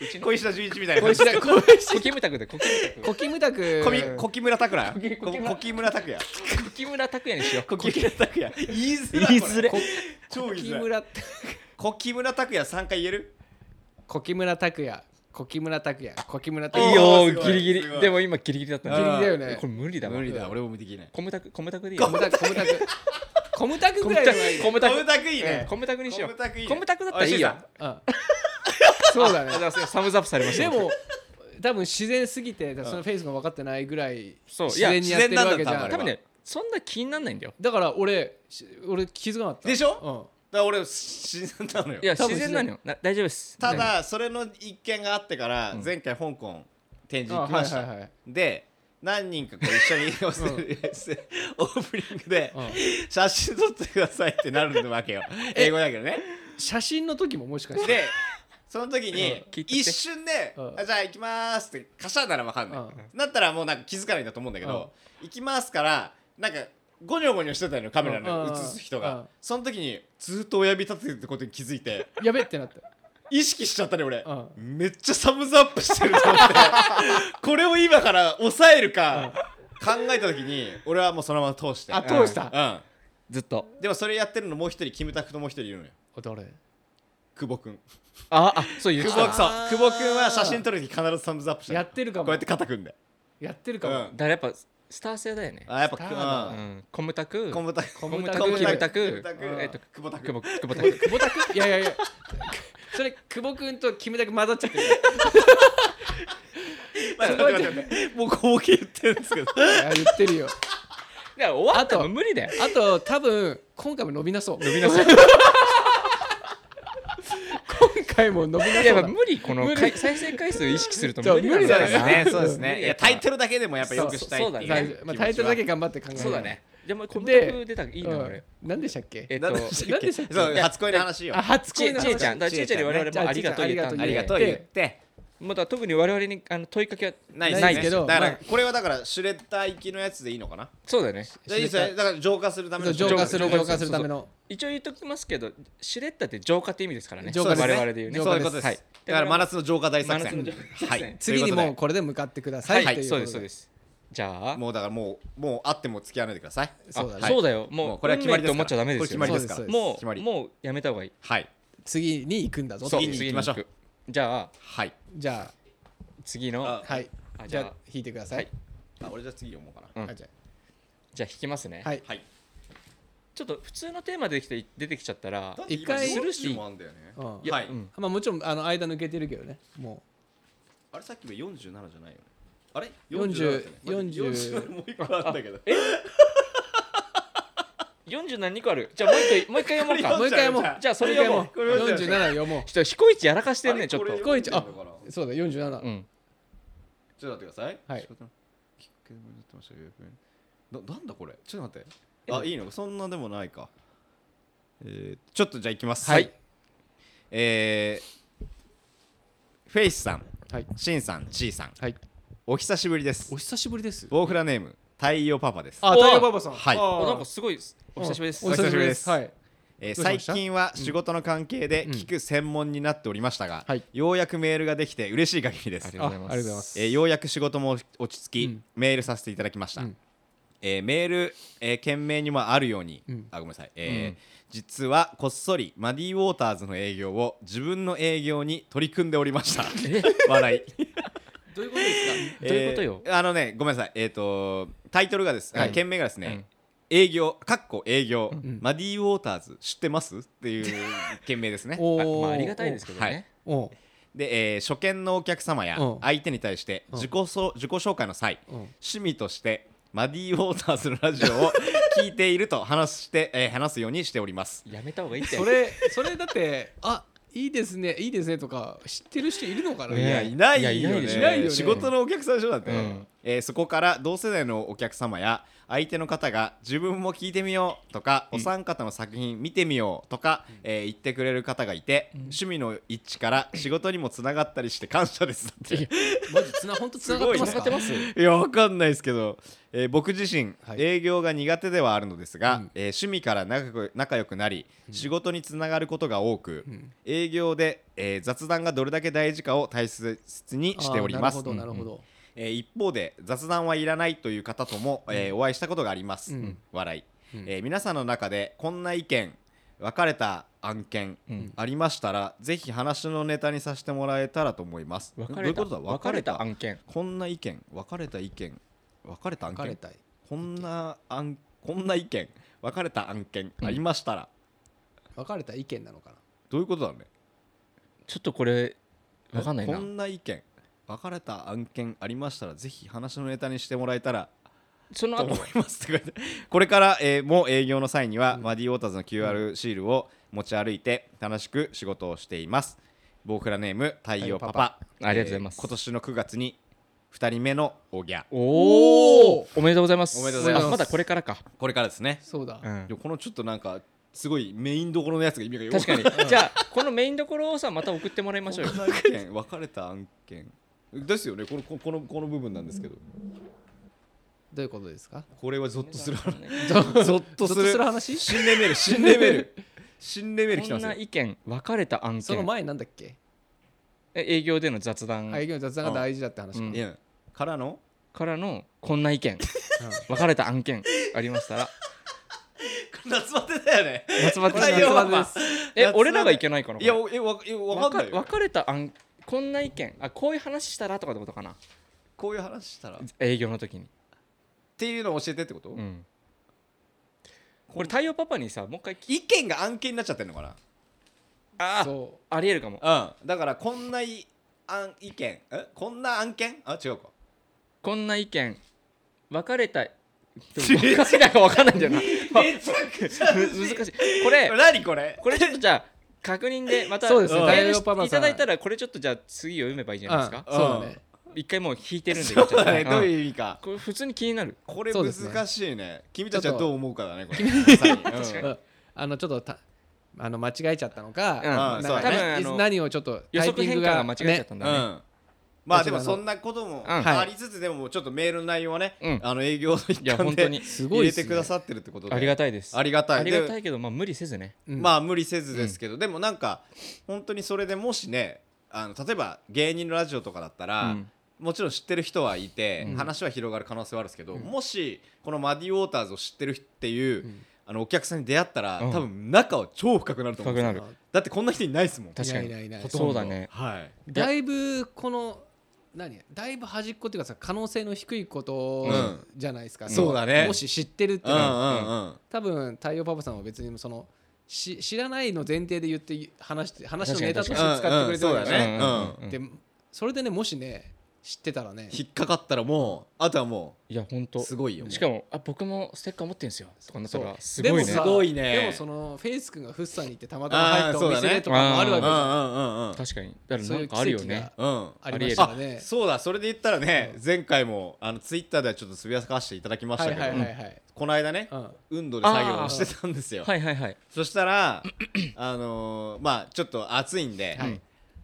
A: うちの
C: 小石田純一みたいな
B: 小
C: 感じ
B: 石田小石
A: こきむたくでこきむたく
B: コキムタク
C: 小み小木村拓哉
A: 小木小木村
C: 小木村拓哉
A: こきむらたくやにしよう
C: 小木村拓哉言いづら
A: 言い
C: こ
A: づれ
C: れ超言い
B: 木
C: づら い
B: 村
C: 小木村拓哉3回言える
B: コキムラ拓也コキムラ拓也コキムラ
C: お
B: 拓
A: いい
B: 也
A: よー
C: すごい
A: ギリギ
C: すごい
A: リでも今ギリギリだった
B: ギリギリだよ
A: ね
B: ね
A: これ無理だわ
C: 俺もできない
A: こむたくこむたくでいい
B: コムタクコムタクコムタクぐらいはいい
A: こむ
C: 小
A: た
C: 木
A: く
C: 村いいね
A: コムタクにしよう
C: コムタクいいね
A: コムタクだったらいい
C: おい
A: よ
C: シン
B: うんそうだ
A: あだか
B: ね
A: らそれサムズアップされました
B: でも多分自然すぎてそのフェイスが分かってないぐらい
A: そう
B: 自然にやってるわけじ
C: いや
B: ゃ
C: 自然な
B: ん
C: んだ多
A: 多
C: 分
A: 分ねそんな気になんないんだよ
B: だから俺し俺気づかなかった
C: でし
B: ょ
C: だから俺死んだのよ
A: いや
B: 多分
A: 自然なのよな大丈夫です
C: た
A: ね
C: だそれの一件があってから
A: ん
C: 前回香港展
B: うん
C: 示
B: あ
C: 行き
B: はい
C: まし
B: は
C: た
B: いはい
C: で何人かこう一緒にオ ープニングで
B: うん
C: 写真撮ってくださいってなるわけよ英語だけどね
B: 写真の時ももしかして
C: でその時に
A: 聞いてて
C: 一瞬で
B: う
C: 「
B: ん
C: あじゃあ行きます」ってカシャならわかんない
B: うん
C: なったらもうなんか気づかないんだと思うんだけど「行きます」からなんかゴニョゴニョしてたのよカメラ
B: う
C: の
B: ん
C: 映す人
B: う
C: が
B: ん
C: その時にずっと親指立ててるってことに気づいて
B: やべってなった
C: 意識しちゃったね俺、
B: う
C: めっちゃサムズアップしてると思って これを今から抑えるか、考えた時に俺はもうそのまま通して
B: あ通した
C: う
A: ずっと
C: んでもそれやってるのもう一人キムタクともう一人いるのよ
B: あ誰
C: 久保君
A: ああそう言っ
C: 久
A: て
C: 保
A: た
C: そう久保君は写真撮る時必ずサムズアップして
B: やってるかも
C: こうやって肩組んで
B: やってるか
C: う
B: も
C: ん
A: だからやっぱスター性だよね
C: あやっぱ
B: スターだ
A: う
C: うん
A: んコムタク
C: コムタク
B: コムタク
A: コムタクキムタ
C: キ
A: ク
C: ムタク
A: えっと
C: 久保タク
A: 久保久保タク
B: 久保田君いやいやいやそれ久保君とキムタク混ざっちゃってる
C: 待って待って待ってもう合計言ってるんですけど
B: いや言ってるよ
A: いや終わった
B: あと
A: の無理だよ
B: あと多分今回も伸びなそう
A: 伸びなさい
B: 今回も伸びないそ
A: や
B: う
A: やっ
B: だ
A: ぱ無理この
B: 無理
A: 回再生回数意識すると
B: じゃあ
A: 無理なんだよ
B: 無理だよ
A: な
B: ね
C: そうです
A: うん
C: ねいやタイトルだけでもやっぱよくしたいっていう
A: そうそうそうだ
B: 大
A: ね
B: 丈夫まあタイトルだけ頑張って考えよ
A: そうだねでもコムタ
B: で
A: ク出たらいいな俺
B: うん何でしたっけ
A: えっ
C: 何
A: と
C: でしたっ
B: 何
C: け
B: でしたっけ
C: そう初恋の話よ
B: あ初
A: ち
B: 恋
A: え
B: の
A: ちえ
B: 話
A: ちゃんだからちえちゃんに我々もありがとう言ったんで
B: あ
C: あ
B: り
C: り
B: が
C: が
B: と
C: と
B: う
C: う
B: 言
C: 言
B: っ
C: ってて
A: まだ特に我々にあの問いかけは
C: ない
B: ない
C: です
B: けど
C: ねだか
B: ま
C: らこれはだからシュレッダー行きのやつでいいのかな
A: そうだよね
C: じゃあいいですねだから浄化するため
B: そ
C: の
B: う浄化する
A: 浄
B: 浄
A: 化
B: 化
A: す
B: す
A: る
B: るための
A: 一応言っときますけどシュレッダーって浄化って意味ですからね
B: 浄化ですね
A: 我々で言うね
B: 浄
C: そ
B: 化
C: ういうことです、
A: はい
C: だから真夏の浄化大作
A: 真夏の浄
C: 戦
A: 化
C: はい
B: 次に
C: とい
B: もう
C: うこ
B: これで向かってくだ
A: は
B: さ
A: い、
B: い
A: はい
B: という
A: そ
B: こ
A: う
B: と
A: ですそうですじゃ
C: と
A: あ
C: でもうだからもうもう会っても付き合わないでください
B: そうだ
A: あ
B: ね
A: そうだよ
C: も
A: も
C: う
A: う
C: これは決まりです
A: 運命って思っちゃダメですよ
C: これ決ま
B: そう
C: りで
B: ですす
C: から
A: も
C: 決まり
A: うもうやめた方がいい
C: はい
B: 次に行くんだぞ
C: そう
B: と
C: 次に行きましょう
A: 次に行くじゃあ
C: はい
B: じゃ
A: 次の
C: あ
B: あはい
A: あ
B: じ
A: じ
B: ゃ
A: ゃ
B: あ
A: あ
B: 弾いてください
C: あ俺じゃあ次読もうかな
A: うん
B: あじゃ
A: じゃあ引きますね、
B: あはい
C: はい
A: ちょっと普通のテーマできて出てきちゃったら
B: 一回
C: スルーシーもあんだよね
B: うん
A: いや
C: はい
A: うん
B: まあもちろんあの間抜けてるけどねも
C: あれさっきの47じゃないよねあれ
B: 40
C: 40もう一個あったけど
A: 40何個あるじゃあもう一回もう一回読もう
B: う
A: か
B: もう一回も
C: じゃあ
A: じゃあそれ読もう
B: 47読もう
A: 人彦一やらかしてんねちょっ
C: あれ
A: と
C: これ
B: 彦一あ
C: 読んでんのか
B: そうだ47、
A: うん、
C: ちょっと待ってください。
B: はい
C: 仕事のきっかけでもやってましたけどななんだこれちょっと待って。あ、いいのそんなでもないか。えーちょっとじゃあ行きます。
B: はい。
C: えーフェイスさん、
B: はい
C: シンさん、チーさん、
B: はい
C: お久しぶりです
B: お。久しぶりです
C: 大倉ネーム、太陽パパです。
B: あ太陽パパさん
C: はい
B: あー
A: おなんかすごいお久しぶりです
B: お
C: ん
A: お久しぶり
B: 久しぶりです
C: お
B: は
C: 久
B: い
C: えー
B: どうしま
C: 最
B: した
C: 近は仕事の関係で
B: うん
C: 聞く専門になっておりましたが、
B: はい
C: ようやくメールができて嬉しい限りです。
A: り
B: ああ
A: が
B: り
A: と
B: が
A: う
B: と
A: ござ
B: う
A: います
B: ございます
C: えーようやく仕事も落ち着き、
B: うん
C: メールさせていただきました、
B: うん
C: えーメール、えー件名にもあるように、
B: うん
C: あごめんなさい、えー
A: うん
C: 実はこっそりマディウォーターズの営業を自分の営業に取り組んでおりました笑い
A: どういうことです かどういうことよ
C: えーあのねごめんなさいえっ、とタイトルがですね、
A: はい
C: 件名がですね、
A: うん
C: 営業かっこ営業、
B: ん
C: マディウォーターズ知ってますっていう件名です ね
A: あ
B: お
A: まあありがたいですけど
C: はい
A: ね
B: おー
C: で、えー初見のお客様や
B: うん
C: 相手に対して自己,、そ自己紹介の際、
B: うん
C: 趣味としてマディ・ウォーターズのラジオを聞いていると話して、えー話すようにしております。
A: やめた方がいいって
B: それそれだってあいいですねいいですねとか知ってる人いるのかな、
A: ねえ
C: いないよね
A: いやいないでし
B: ょいないよね
C: 仕事のお客さんでしょだって、
A: うん
C: えーそこから同世代のお客様や相手の方が自分も聞いてみようとか、お三方の作品見てみようとか、えー言ってくれる方がいて、趣味の一致から仕事にもつながったりして感謝ですだって
B: マジつな本当つながってますか
C: すごいね いやわかんないですけど、えー僕自身、
B: はい
C: 営業が苦手ではあるのですが、
B: うん
C: えー趣味から仲く仲良くなり、仕事につながることが多く、
B: うん
C: 営業で、えー雑談がどれだけ大事かを大切にしております
B: あーなるほどなるほど、
C: えー一方で雑談はいらないという方とも、えーお会いしたことがあります、
B: うん
C: 笑い、
B: うん
C: えー皆さんの中でこんな意見分かれた案件、ありましたらぜひ話のネタにさせてもらえたらと思います
A: 別
C: どうい
A: れ
C: うこ
A: た
C: とだ
A: 別れた案件
C: こんな意見別れた意見別れた案
B: 別れ
C: 件
B: たい
C: こんな案こんな意見別れた案件ありましたら、
B: 別れた意見なのかな
C: どういうことだろうね
A: ちょっとこれわかんないな
C: こんな意見別れた案件ありましたらぜひ話のネタにしてもらえたら
A: その
C: と思
A: 後
C: いますって書いてあるこれから、えーも営業の際には、マディウォーターズの QR シールを持ち歩いて楽しく仕事をしています僕らネーム太陽パパ
A: ありがとうございます
C: 今年の9月に2人目のおぎゃ
A: おおおめでとうございます
C: おめでとうございます
A: あまだこれからか
C: これからですね
B: そうだ、
A: うん
C: でもこのちょっとなんかすごいメインどころのやつが意味がよく
A: 確か にじゃあこのメインどころをさまた送ってもらいましょうよ
C: こんな案件別れた案件ですよねこのここのこの部分なんですけど
B: どういうことですか
C: これはゾッとする話
B: ゾッ
C: ゾッと
B: と
C: す
B: す
C: る
B: る話
C: 新レベル新レベ ル新レベル来
A: こ
C: てま
A: ん
C: すよ
A: な意見別れた案
B: その
A: 件
B: 前なんだっけ、
A: え営業での雑談
B: 営業の雑談が大事だって話か、
A: うん
C: いやからの
A: からのこんな意見別れた案件ありましたら
C: 夏バテだよね
A: 夏バテ
C: 太陽
A: の
C: パ
B: 夏バテです
A: え俺らがいけないかない
C: やおえわえわかんないよ
A: 別れた案こんな意見あこういう話したらとかってことかな
C: こういう話したらっ
A: 営業の時に
C: ていうのを教えてってこと
A: うんこれ太陽パパにさもう一回聞い
C: 意見が案件になっちゃってるのかな
A: あー
B: そ
A: ありえるかも
C: うんだからこんない案意見えこんな案件あ違うか
A: こんな意見別れた別れたか分かんないんだよな
C: めちゃくちゃ
A: む難しいこれ
C: 何これ
A: これちょっとじゃあ確認でまた
B: そうです
C: ね
A: メール
B: 太陽パパさん
A: いただいたらこれちょっとじゃあ次読めばいいじ
B: う
A: ゃないです
B: うん
A: か
B: そうだね
A: 一回もう引いてるんで
C: そうだね
A: 言っちゃ
C: ど
A: っ
C: う
A: た
C: いう意味か
A: これ普通に気になる
C: これ
B: そうですね
C: 難しいね君たち
B: ちょ
C: は
B: っと
C: どう思うかだねこれ確
A: 確
B: うんあのちょっとたあの間違えちゃったのか、
A: うん
B: なんか
C: そうだね
B: 多分
A: あの
B: 何をちょっと
A: 予測変換が間違えちゃった
B: ね
A: ん
C: う
A: だね
C: んまあでもそんなことも
A: ん
C: ありつつでもちょっとメールの内容はね
A: うん
C: あの営業の一
A: いや
C: 環
A: 本
C: で
A: 当に
B: すご
C: 入
B: い
C: れ
B: っす
C: て
B: ね
C: くださってるってことで
A: ありがたいです
C: ありがたい
A: ありがた
C: で
A: いけどまあ無理せずね
B: うん
C: まあ無理せずですけどでもなんか本当にそれでもしねあの例えば芸人のラジオとかだった
A: う
C: ら
A: ん
C: もちろん知ってる人はいて、
A: うん
C: 話は広がる可能性はあるんですけど、もしこのマディ・ウォーターズを知ってる人っていう、
B: ん
C: あのお客さんに出会ったら、
A: うん
C: 多分仲は超深くなると思う
A: 深く
C: んですよ
A: なる
C: だってこんな人いないですもん
A: 確かに
B: いないいないい
A: ほ
B: ない
A: とんどそうだね
C: はい
B: だいぶこの何だいぶ端っこっていうかさ可能性の低いこと
C: うん
B: じゃないですか、
C: んそうだね
B: もし知ってるって
C: うん
B: なる
C: う
B: と
C: んうん
B: 多分太陽パパさんは別にそのし知らないの前提で言って話して話のネタとして使ってくれてる
C: うんうん
B: わ
C: そ
B: け
C: うだ
B: じゃない
C: ねうん
A: うん
B: でそれでねもしね知ってたらね
C: 引っかかったらもうあとはも
A: いや本
C: う
A: 当
C: すごいよ
A: しかもあ僕もステッカー持ってるんですよとかなった
B: そう
A: らすごい
C: で
A: ね
C: もすごいね
B: でもそのフェイス君がフッサに行ってたまたま入ったお
C: あーそうだ
B: 店
C: ね
B: でとかもある
C: うんうん
B: わ
C: うんうん
A: 確かにだか
B: けじ
A: ら
B: ゃん
A: なんかあるよね
B: そういう奇跡が
C: うん
B: ありました
C: あ
B: ね
C: そうだそれで言ったらね前回もあのツイッターではちょっとつぶやかしていただきまし
B: は
C: た
B: い
C: けど、
B: はいはいはい
C: この間ね、
B: うん
C: 運動で作業をしてたんですよ、
A: はいはいはい
C: そしたらあのーまあちょっと暑いんで、
B: はい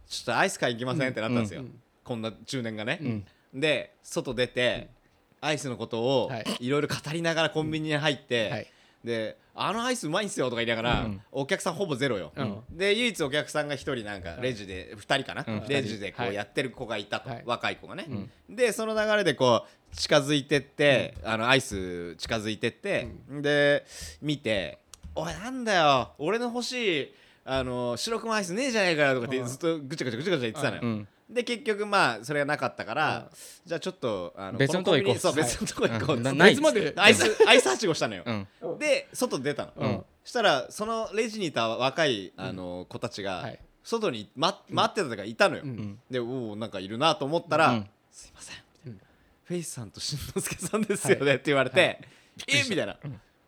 C: ちょっとアイス買いに行きませんってなったんですよ、
B: うんうん
C: こんな中年がね、で外出て、アイスのことを
B: はい
C: いろいろ語りながらコンビニに入って、
B: はい
C: で「あのアイスうまいんすよ」とか言いながら、
A: うん
C: お客さんほぼゼロよ、
B: うん
C: で唯一お客さんが1人なんかレジで2人かな、
A: うん
C: レジでこ
B: は
C: う
B: い
C: やってる子がいたと、
B: はい
C: 若い子がね、
A: ん
C: でその流れでこう近づいてって、あのアイス近づいてって、で見て「おいなんだよ俺の欲しいあの白熊アイスねえじゃないかよ」とかってずっとぐちゃぐちゃぐちゃぐちゃ言ってたのよ。
A: うん
C: で結局まあそれがなかったから、じゃあちょっとあの
A: 別のとこ行こう
C: のコンビニそう別のとこ行こう、
A: うんな
C: そう
A: ない
B: つまで
C: アイスアイスはしごしたのよ、
A: うん
C: で外出たの、
B: うん
C: したらそのレジにいた若いあの子たちが、
B: はい
C: 外に待待ってたとかいたのよ、
B: ん
C: でおおなんかいるなと思ったら、
A: うん
C: すいません、
B: うん
C: フェイスさんとしんのすけさんですよね、って言われて、えみたいな、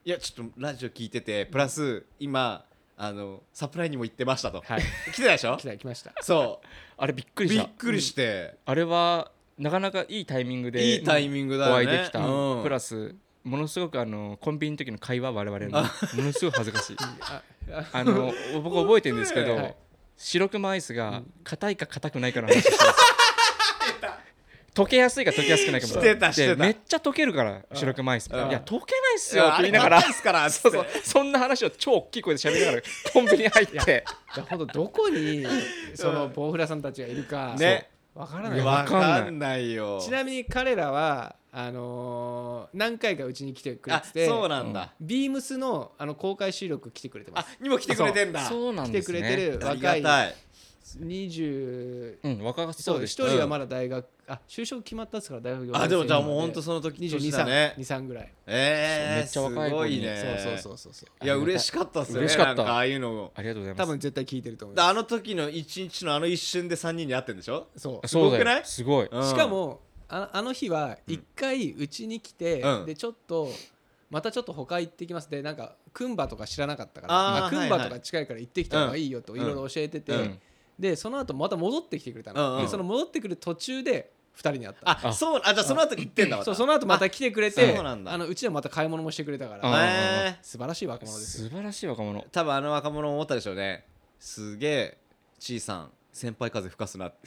C: いやちょっとラジオ聞いててプラス今あのサプライにも行ってましたと、
A: はい
C: 来てたでしょ
B: 来た来ました
C: そ
A: あれびっく
C: う
A: り
C: び
A: し
C: ったくりして、
A: あれはなかなかいいタイミングで
C: いいタイミングだよ
A: お会
C: ね
A: いできた
C: うん
A: プラスものすごくあのコンビニの時の会話我々のものすごい恥ずかしい
B: ああ
A: あの僕覚えてるんですけ
C: 本当だ
B: よ
A: ど白熊アイスが硬いか硬くないかの話してます 溶けやすいか溶けやすくないかも
C: してたしてた
A: でめっちゃ溶けるから白熊アイスい
C: うん
A: や溶けないっす
C: い
A: よっ
C: や
A: て言
C: あれ
A: いなが
C: 硬
A: ら
C: いっすからつって
A: そうそうそんな話を超大きい声で喋りながらコンビニ入って
B: だからほんとどこにそのボウフラさんたちがいるか
C: ね
B: わからない
A: や
C: わ
A: わ
C: か
A: か
C: ん
A: ん
C: ないよ
B: ちなみに彼らはあのー何回かうちに来てくれ
C: あ
B: てて
C: そうなんだ、
B: ビームスのあの公開収録来てくれてま
C: あ
B: す
C: にも来てくれてんだ
A: そうなん
B: 来
A: で
B: て
A: す
B: く
A: ね
B: れてる
C: あり
B: 若
C: が
B: い
C: たい
B: 20
A: うん若
B: そ
A: そう
B: う
A: で
B: 一
A: した
B: 人はまだ大学、あ就職決まったっすから大学
C: あでもじゃあもうほんと
B: の
C: その時
B: 2 2
C: 年だね
B: 3 23ぐらい
C: えー、
A: めっちゃ若い
C: すご
A: 子に
C: いね
B: そうそうそうそう
C: いや嬉しかったっすよね
A: 嬉しかった
C: なんかああいうのを
A: ありがとうございます
B: 多分絶対聞いてると思い
C: で
B: ま
C: あの時の一日のあの一瞬で3人に会ってんでしょ、
B: すそう
A: そうだ
C: すごくな
A: よ
C: い
A: すごい
C: うん
B: しかもああの日は一回うちに来て、
C: うん
B: でちょっとまたちょっと他行ってきますでなんかクンバとか知らなかったからま
C: あー
B: あクン
C: は
B: バ
C: いはい
B: とか近いから行ってきた方がいいよと
C: うん
B: いろいろ教えてて、
C: うん
B: でその後また戻ってきてくれたの、
C: うんうん
B: でその戻ってくる途中で2人に会った
C: あそうあじゃあその後行ってんだわ
B: そうその後また来てくれて
C: そうなんだ
B: あのうちでまた買い物もしてくれたから
A: あ
C: え
B: 素晴らしい若者ですよ
A: 素晴らしい若者
C: ー、多分あの若者思ったでしょうねすげえちいさん先輩風吹かすなって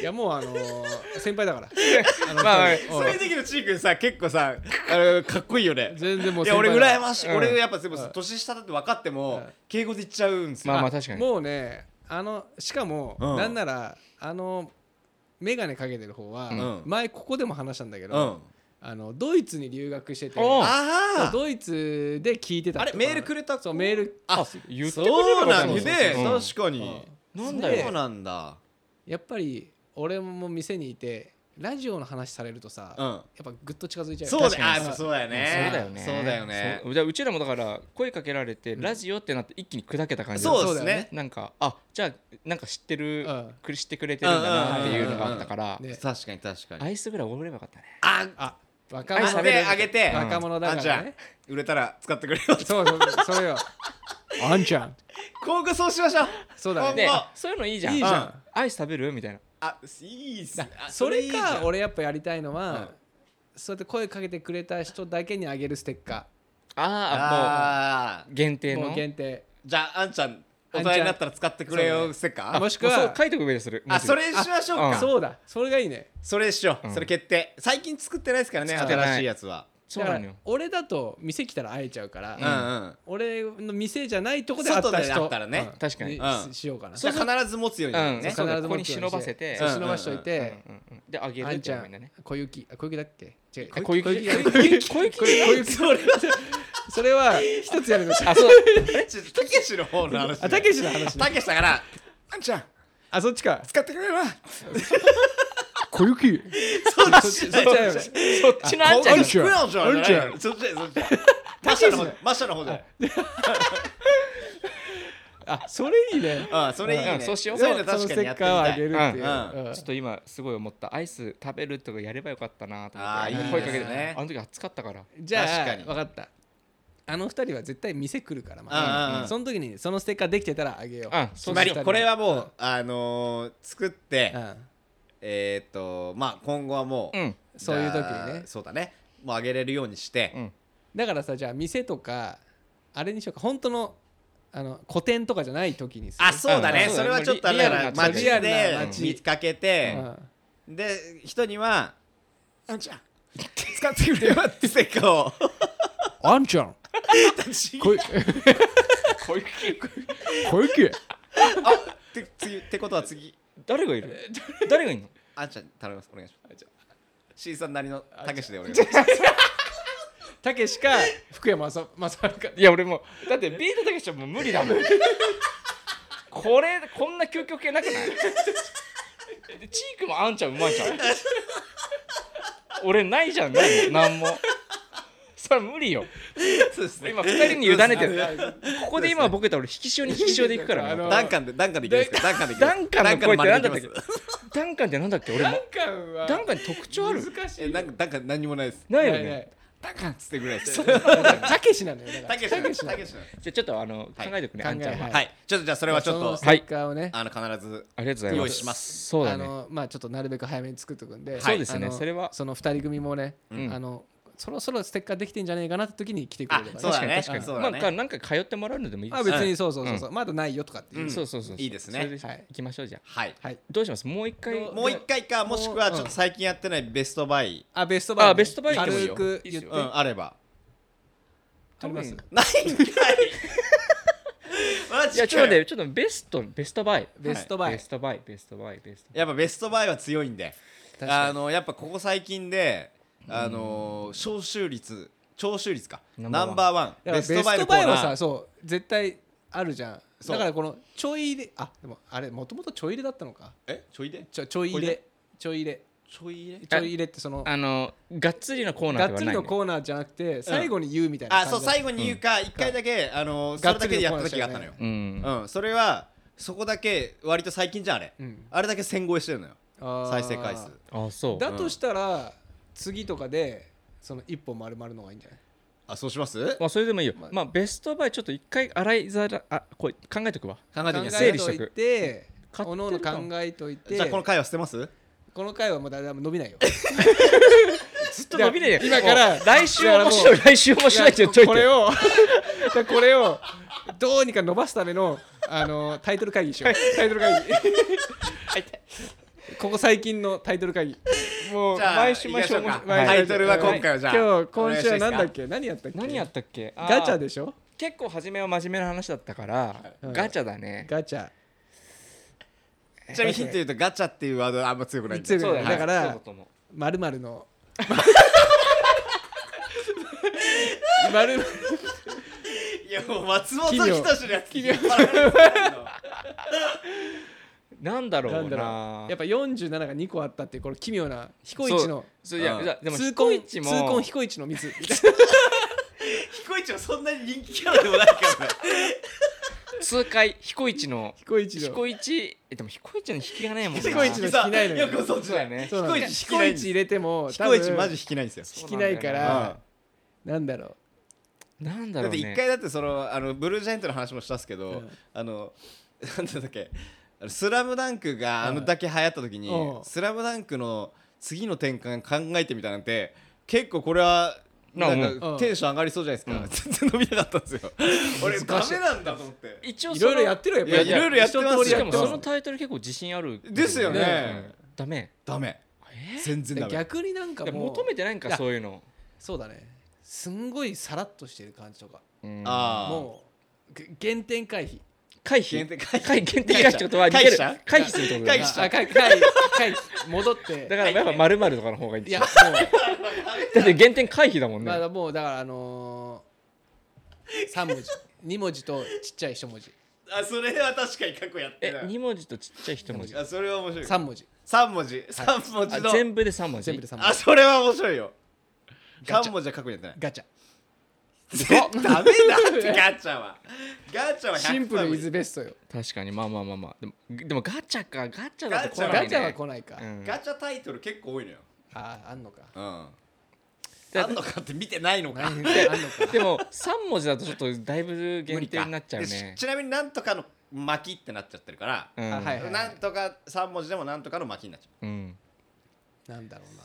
B: いやもうあのー先輩だから
A: まあ
C: そういう時のちい君さ結構さあのかっこいいよね
B: 全然もう
C: いや俺羨ま
B: しい
C: しい、
A: うん
C: 俺やっぱでも
B: うん
C: 年下だって分かっても、
B: うん
C: 敬語で言っちゃうんですよ、
A: まあまあ確かに
B: もうねあのしかも、
C: うん
B: なんならあの眼鏡かけてる方は、
C: ん
B: 前ここでも話したんだけ
C: う
B: ど、
C: ん、
B: あのドイツに留学してて
A: おう
C: ああ
B: ドイツで聞いてた
C: あれメールく
B: れ
C: れた
B: そうメール
C: あ
A: 言ってくれ
C: そ
A: る
C: う
A: の
C: な
A: か
C: ん
A: な
C: だね、確か
B: う
C: に
B: ん、
A: なんだよ
C: そう
B: で
C: なんだ
B: やっぱり俺も店にいてラジオの話されるとさ、
C: うん
B: やっぱぐっと近づいちゃうよ
C: そう
B: 確
C: だ
B: か
C: あ
B: に
C: そうそうだよね
A: そうだよね。
C: そうだよね
A: そうじゃあうちらもだから声かけられて、ラジオってなって一気に砕けた感じだった
C: そうです
B: そうだよ
C: ね
B: ね
A: なんかあじゃあなんか知ってる、
B: うん
A: く知ってくれてるんだなっていうのがあったから、
B: うんうんうんね
C: 確かに確か
A: ア
C: に
A: イスぐらいおればよかったね。
C: あ
B: あ若
C: あ
B: 者
C: げてあげて
A: うん
B: 若者だ
C: あん
B: か
C: ち
B: ら
C: ゃん
B: ね
C: 売れたら使ってくれ
B: そ
C: よ
B: うそうそれよあんちゃん
C: 今後そうしましょう
B: そうだね
A: で
C: ほんま
A: そういうのいいじゃん。
B: いいじゃん
A: アイス食べるみたいな。
C: あいいっすねあ
B: それ
C: いいじゃ
B: か
C: ん
B: 俺やっぱやりたいのは、
C: うん
B: そうやって声かけてくれた人だけにあげるステッカ
A: ああ
C: あ
A: も
C: ー
A: う限定
B: ーも
A: の
B: う。限定
C: じゃああんちゃん大人になったら使ってくれよせっか
B: もしく
A: もうそう
B: は
A: 書いておく上でする。
C: あそれしましょう
A: あ
C: か
A: ん
C: そう
B: そうだそれがいいね
C: それしよう
A: うん
C: それ決定最近作ってないですからね
A: 作ってない
C: 新しいやつは
A: そうなの
B: だ
A: よ
B: か。ら俺だと店来たら会えちゃうから、
C: うんうん
B: 俺の店じゃないとこで会った人
C: 外で会ったらね
B: うん
A: 確かに
C: うん
B: ししようかな
C: じゃあ必ず持つように
A: うん、
C: ね
A: そうだ
B: 必ず
A: ここに忍ばせて、
B: そう
C: うん
B: 忍ばしといて、
A: うんうんうんであげる
B: あ
A: っ
B: ん
A: て
B: ち
A: や
B: ゃ
A: るんだ
B: ん
A: ね。
B: 小雪あ小雪だっけ違う
A: あ小雪
B: 小雪小雪小雪それそれは一つやるの
A: あそう
C: あれちょっとたけしの方の話
B: あたけしの話ね
C: たけしだからあんちゃん
B: あそっちか
C: 使ってくれよな
B: 小雪
C: そう
B: そっちそっちだよ
A: そっちのあんちゃん
B: あ
A: が
B: んちゃん
C: あんちゃんそっちそっちマッシャの方マッシャの方で
B: あそれいいね
C: あそれいい
A: うん
C: ね
A: そうしよう
C: そういうの確かにやってみ
B: そのステッカーを
C: た
B: あ
C: い
B: げるっていう、
C: うん
A: ちょっと今すごい思ったアイス食べるとかやればよかったなと思
C: あ
A: っ
C: ー
A: て
C: いいですね
A: 声かけてあの時暑かったから
B: じゃあ
C: 確かに
B: 分かったあの二人は絶対店来るからま
C: うんうん
B: あ
C: うん
B: その時にそのステッカーできてたらあげよう
A: あ
C: つ
A: そう
C: ま
A: し
C: り
A: よ
C: これはも
B: う
C: うんあのー作って
B: うん
C: えーっとまあ今後はもう
A: ううん
B: そういう時にね
C: じゃあそうだねもうあげれるようにして
A: うん
B: だからさじゃあ店とかあれにしようか本当のあの個展とかじゃない時にする
C: あそうだね
A: うん
C: それはちょっとあれだな
A: リアルな
C: 街
B: リアルな
C: で
B: 街
C: 見かけて
B: うん
C: で人には「あんちゃん使ってくれよ」ってせ っかを
B: あんちゃんこい
A: 小雪
B: 小雪
C: あって次ってことは次
A: 誰がいる誰がいるの
C: あんちゃん頼みますお願いします。C さんなりのたけしでお願いします。
B: たけしか福山雅雅治か
A: いや俺もうだってビートたけしはもう無理だもんこれこんな究極系なくないでチークもあんちゃんうまいじゃん俺ないじゃんないもんなんもそれは無理よ
C: そうですね
A: 今二人に委ねてるここで今
C: そうですね
A: ボケたら俺引き潮に引き潮でいくから
B: あの
C: ダンカンでダンカンでいきますか。ダンカンでいきま
A: ダ
C: す
A: ンカンの声ってなんだったっけ
C: ダンカンの真似できます
A: ダンカンってなんだっけ俺
B: ダン
A: も
B: カンは
A: ダンカンに特徴ある
B: 難しい
C: えなんかダンカン何にもないです。
A: ないよ
B: いやい
A: ね
B: や
C: ダンカンっつってぐらいです。
B: たけしなのよだか
C: た
B: ら
C: けし
B: な
C: なのた
B: の
C: けしなの
A: じゃあちょっとあの考
C: はい
A: えておくね
B: 考え
A: あんちゃんは
B: はい
C: はい。ちょっとじゃあそれはちょっ
B: その
C: と
B: ステッカーをね
C: あの必ず
A: ありがとうございます
C: 用意します
A: そうだ
B: あ
A: ね
B: のまあちょっとなるべく早めに作っとくんで
A: そうですね
B: あの
A: それは
B: その二人組もね
A: ん
B: あのそろそろステッカーできてんじゃねえかなって時に来てくれればね
C: あそうだね
B: 確かに確か
C: そう
A: ま
C: だ
A: あ
C: ね
A: かなんか通ってもらうのでもいいで
B: にあ
A: す
B: 別にそうそうそうそうまだないよとかっていううん
A: そうそうそうそう
C: いいですね
A: それで
B: はい
A: 行きましょうじゃあ
C: はい。
B: はい
A: どうしますもう一回
B: どう
C: もう一回かもしくはちょっと最近やってないベストバイ
B: あベストバイね
A: あベストバイ
C: でもい
B: 軽
C: いよ
B: く
A: いいっ
B: 言っ
A: す
B: て
A: よ
C: うんあれば。
B: あります
C: ない んかい。
A: い
C: マ
A: や
C: ジ
A: ちょっ
C: か
A: とね
C: よ。
A: ちょっとベストベストバイ
B: ベストバ
A: ベ
B: イ
A: ストバイベストバイベストバイ
C: やっぱベストバイは強いんで。
B: 確かに
C: あのやっぱここ最近であの招集率徴収率か
A: ナ
C: ナ
A: ンバーワン
C: ンバーワン
B: だから
C: ベ
B: ベ
C: ストバイ
B: スト
C: のコー
B: バイ
C: ナ
B: はさ
C: ー
B: そう絶対あるじゃん
C: そう
B: だからこのちょい入れあでもあれもともとちょい入れだったのか
C: えちょいで
B: ちょちょい入れちょい入れ
C: ちょい入れ
B: ちょい入れってその
A: あのがっつりのコーナ
B: が
A: ーで
B: っ
A: は
B: つ
A: な
B: り
A: いね
B: のコーナーじゃなくて最後に言うみたいな
C: あ
B: 感じ
C: そう
B: だった
C: 最後に言うか一回だけあのそれだけでやった時があったのよ
B: がっつ
A: うん
C: うんそれはそこだけ割と最近じゃんあれ
B: うん
C: あれだけ1000超えしてるのよ
B: あー
C: 再生回数
A: あそう
B: だとしたら次とかでその一本丸々の方がいいんじゃない
C: あそうします考
A: まあそれでもいいよまあベストバイちょっと一回洗いざらあこれ考えておくわ
C: えてみます
A: 整
B: 考
A: 理し
B: えと
A: と
B: い
A: く
B: て
A: 買って
B: お
A: るか
B: のおの考えといて
C: じゃあこの回は捨てます
B: この回はもう誰も伸びないよ
A: ずっと伸びねえよ
B: 今から
A: もう来週
B: だからも
A: 面白
B: う
A: い来週面白いって言っとい
B: こ
A: て
B: れ
A: よ
B: をだからこれをどうにか伸ばすためのあのタイトル会議しようタイトル会議 ここ最近のタイトル会議
A: もう
C: じゃあ
A: 毎週毎週
C: 行きましょうか
A: 面白い
C: タイトルは今回はじゃあ
B: 今日今週は
C: お願いしていいですか
B: 何だっけ何やったっけ
A: 何やったっけあー
B: ガチャでしょ
A: 結構初めは真面目な話だったから
B: うん
A: ガチャだね
B: ガチャ
C: ちなみにヒント言うとガチャっていうワードはあんま強くないんで
B: 強くない
A: そうね
B: だから
A: そうと思う
B: まるまるの。まる
C: いやもう松本
B: 奇妙
C: 人志のやつ奇妙は
A: なんだろうな
B: なんだろう。やっぱ47が2個あったっていうこの奇妙な彦一の
A: そういや
C: うん
A: いやでも
B: 痛
A: 彦
B: 恨
A: 一
B: 痛
A: も
B: 恨彦一の密。
C: 彦一はそんなに人気キャラでもないから
A: 痛快彦一の
B: 彦一の。
A: 彦一えでも彦一の引きがないもんな
B: 彦一の引きないのよ
C: よくご存知
A: そうだ
C: だよ
A: ね
B: そうなの
C: 彦一
B: 彦一入れても
C: 彦一マジ
B: 引
C: 引きないんですよ
B: きないからなんだろ
A: なんだ
C: だっ
A: ろう
C: て
A: ね
C: 一回だってそのあのブルージャイアントの話もしたんですけど、
B: うん
C: あの なんだったっけあのスラムダンクがあのだけ流行った時に、
B: うん
C: スラムダンクの次の転換考えてみたなんて結構これは
A: な
C: なん
A: うん
B: うん
C: かテンション上がりそうじゃないです
A: う
C: か、
A: ん
C: 全然伸びなかった んですよ俺ダメなんだと思って
A: 一応
B: う。い
A: その
B: ろいろやってるよ
C: いや
B: っぱり
C: いろいろやってます
B: 一通り
A: し
B: や
A: か
B: っ
A: も
B: て
A: そ
B: ま
A: のタイトル結構自信ある
C: ですよね
A: うんダメ
C: ダメ
A: え
C: 全然ダ
B: す
C: メ
B: 逆になんか
A: いや
B: もう
A: 求めてないん
B: い
A: か
B: や
A: そういうの
B: そうだねすんごいさらっとしてる感じとか
A: うん
C: ああ
B: もうげ原点回避
A: 回
C: 限
A: 避
C: 定
A: 回避限定回避ってことは逃げる
C: 回避した
A: 回避するってことだ
C: 回避
A: よ
C: し
A: な
C: た
B: あ回避回避回避戻って
A: だからやっぱ丸々とかの方がいいんで
B: い
A: し
B: や
A: ょ
B: もう
A: だって原点回避だもんね
B: まだもうだからあのー、3文字2文字とちっちゃい1文字
C: あそれは確かに過去やっ
A: え
C: てない
A: 二文字とちっちゃい一文字
C: あそれは面白い
B: 3文字
C: 三文字三文字
A: あ
C: の
A: 全部で三文字
B: 全部で3文
C: あ
B: 字
C: それは面白いよ
B: ガチャ
C: 三文字は過去にやってない
B: ガチャ
C: 絶対 ダメだってガチャはガチャは100%
B: シンプルイズベストよ
A: 確かにまあまあまあまあでもでもガチャかガチャだと来
C: そう
A: ない、ね、
B: ガチャは来ないか、
A: うん
C: ガチャタイトル結構多いのよ
B: あああんのか
C: うんあ
A: だ
C: んのかって見てないの
B: ない
C: か
B: んだあんのか
A: でも3文字だとちょっとだいぶ限定になっちゃう
C: 無理か
A: ね
C: でちなみになんとかの巻きってなっちゃってるから、
A: うん
B: あはい
C: なんとか3文字でもなんとかの巻きになっちゃう
A: うん、
B: なんだろうな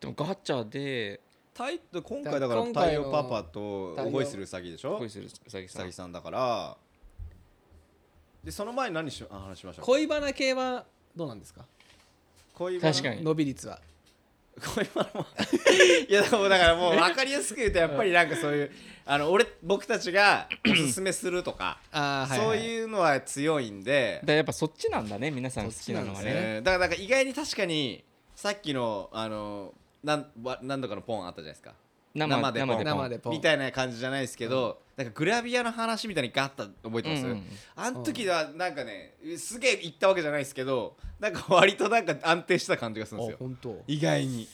A: でもガチャで
C: タイト今
B: 回だから太陽パパ
C: と
B: 恋する
C: ウサギでしょ
A: 恋するうさぎさん
C: さんだからでその前に何しあ話しましょう
B: 恋バナ系はどうなんですか
C: 恋
A: 確かに
B: 伸び率は
C: 恋バナもいやでもだからもう分かりやすく言うとやっぱりなんかそういうあの俺僕たちがおすすめするとか
B: あ
C: そう
B: う
C: いうのは強いんで
A: だからやっぱそっちなんだね皆さん好きなのは
B: そっちなん
A: ね
C: えーだからなんか意外に確かにさっきのあのなんわ何度かのポンあったじゃないですか
A: 生
C: 生
A: で
C: で
A: 生で
B: 生でポン
C: みたいな感じじゃないですけど、なんかグラビアの話みたいにガッと覚えてま
A: うん
C: す、
A: うんうん
C: あの時はなんかねすげえ行ったわけじゃないですけどなんか割となんか安定した感じがするんですよ
B: 本当
C: 意外に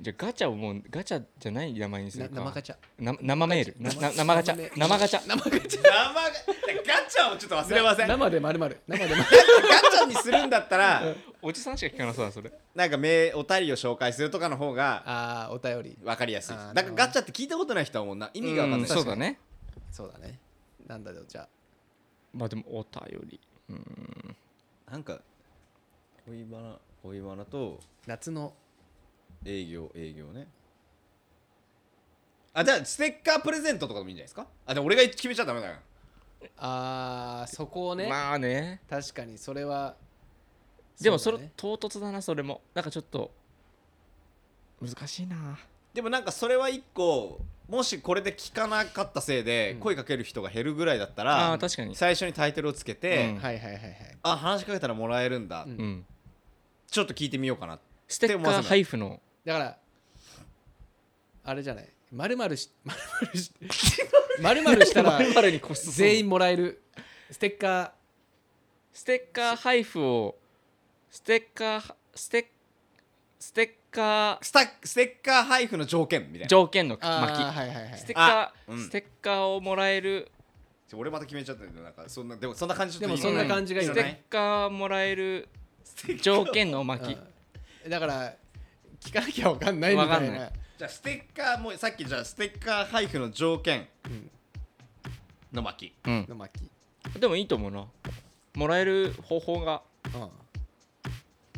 A: じゃあガチャをもうガチャじゃない名前にす
B: な
A: るか
B: 生ガチャ
A: な生メールなな生ガチャ生ガチャ
C: 生ガチャ生ガガチャをちょっと忘れませんガ
B: 生で丸々生で丸々
C: チャにするんだったら
A: おじさんしか聞かなそうだそれ
C: なんか名お便りを紹介するとかの方が
B: ああお便り
C: 分かりやすい
B: あー
C: なんかガチャって聞いたことない人はもうな意味が分かんない、
A: うんそうだね
B: そうだねなんだろうじゃ
A: まあでもお便り
C: なんか恋バナ恋バナと
B: あ夏の
C: 営業営業ねあじゃあステッカープレゼントとかでもいいんじゃないですかあでも俺が決めちゃダメだな
B: ああそこをね、
A: まあね
B: 確かにそれは
A: でもそうれ
B: だね
A: 唐突だなそれもなんかちょっと難しいな
C: でもなんかそれは一個もしこれで聞かなかったせいで
B: うん
C: 声かける人が減るぐらいだったら、
A: ああー確かに
C: 最初にタイトルをつけて、
A: うん
B: はいはいはいはい
C: あ話しかけたらもらえるんだ、
B: うん
A: うん
C: ちょっと聞いてみようかな
A: ステッカー配布の
B: だからあれじゃないまるまるしまるまるしまるまるしたら
A: 〇〇に固執する
B: 全員もらえるステッカ
A: ステッカー配布をステッカーステッステッカ
C: スタステッカー配布の条件みた
A: ー
C: いな
A: 条件の
B: ーあー
A: 巻
B: はいはいは
A: き
B: い
A: ステッカ
C: あうん
A: ーステッカーをもらえる
C: ちょ俺また決めちゃったんだけどなんかそんなでもそんな感じちょっと
B: でもそんな感じがいい
A: ス
B: よ
A: テ
B: ね
A: ッカーもらえる条件の巻き
B: うんだから聞かなきゃわかんないみたいな
A: わかんない
C: じゃあステッカーもさっきじゃあステッカー配布の条件
B: ん
C: の巻き
A: うん
B: の巻き、
A: でもいいと思うなもらえる方法が
B: うん、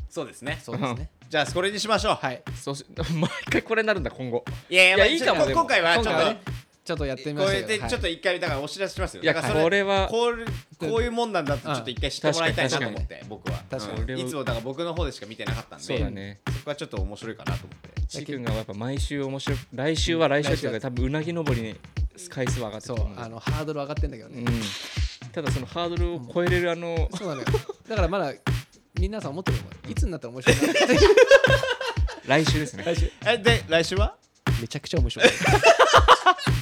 C: そうですね
B: そうですね
C: じゃあそれにしましょう
B: はい
A: そし 毎回これになるんだ今後
C: いやいや,、
A: いや
C: い
A: い
C: い
A: い
C: か
A: か
C: も
A: もでも
C: 今回はちょ
B: 今回
C: っと
B: はねちょっとやってみま
C: こ
B: した
C: れ
B: け
C: で
B: ど
C: ちょっと一回だからお知らせしますよ
A: いや
C: だからそ
A: これは
C: こうこういうもんなんだってちょっと一回知ってもらいたいなと思って僕は
B: 確かに
C: うん
A: 確かに
C: いつもだから僕の方でしか見てなかったんで
A: そうだね
C: そこはちょっと面白いかなと思って
A: ちーくんがやっぱ毎週面白い来週は来週っていうか多分うなぎ登りに回数は上がって
B: そ
A: る
B: う
A: と思う
B: あのハードル上がってんだけど
A: う
B: ね、
A: んただそのハードルを超えれるあの
B: そうなのよだからまだ皆さん思ってるのいつになったら面白いかな
A: 来週 ですね
C: えで来週は
B: めちゃくちゃ面白い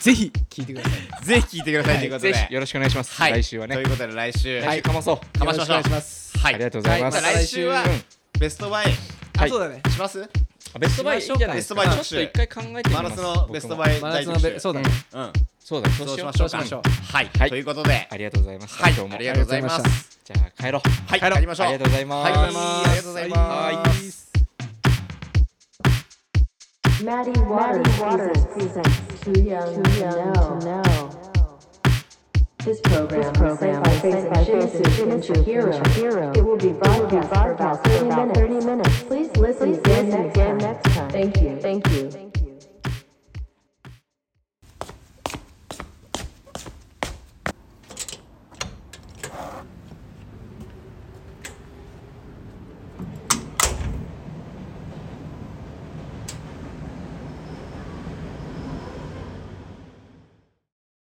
B: ぜひ聞いてください
C: ぜひ聞いてくださいということで
A: ぜひよろしくお願いします
C: はい
A: 来週は
C: とい
A: ね
C: うことで来週
A: 来週かまそう
C: かましましょう
B: よろしくお願いします
C: は
A: あ
C: い
A: りがとうございます
C: はまた来週は
A: うん
C: ベストバイ
A: は
B: あ
A: い
B: そうだね
C: します
A: あベストバイいいんじゃないですか
C: ベ
A: ち
C: ス
A: ょ
C: ト
A: っ
C: バイ
A: と一回考えてみ
C: 真
A: ます
C: 夏のベストバ
A: イ
C: イ
B: 真夏
C: 大丈
B: のベ
C: 夫
B: そうだね、
C: うん
A: そうだそう
C: そう
A: し
C: し
A: よ
C: ま
A: う
C: しょう
B: そうしましょう
C: はい
A: はい
C: ということで
A: ありがとうございました
C: はい
A: 今日も
C: ありがとうございます
A: じゃあ帰ろう
C: はい
A: 帰ろう
C: 帰りましょう
A: ありがとうございます
C: はいありがとうございます
D: Maddie Waters, presents, Too Young, too young to, know. This program, this program is sent by Jason Shinichi Hero. Hero. It will be broadcast, for about 30 minutes. Please listen, again, next time. Thank you. Thank you.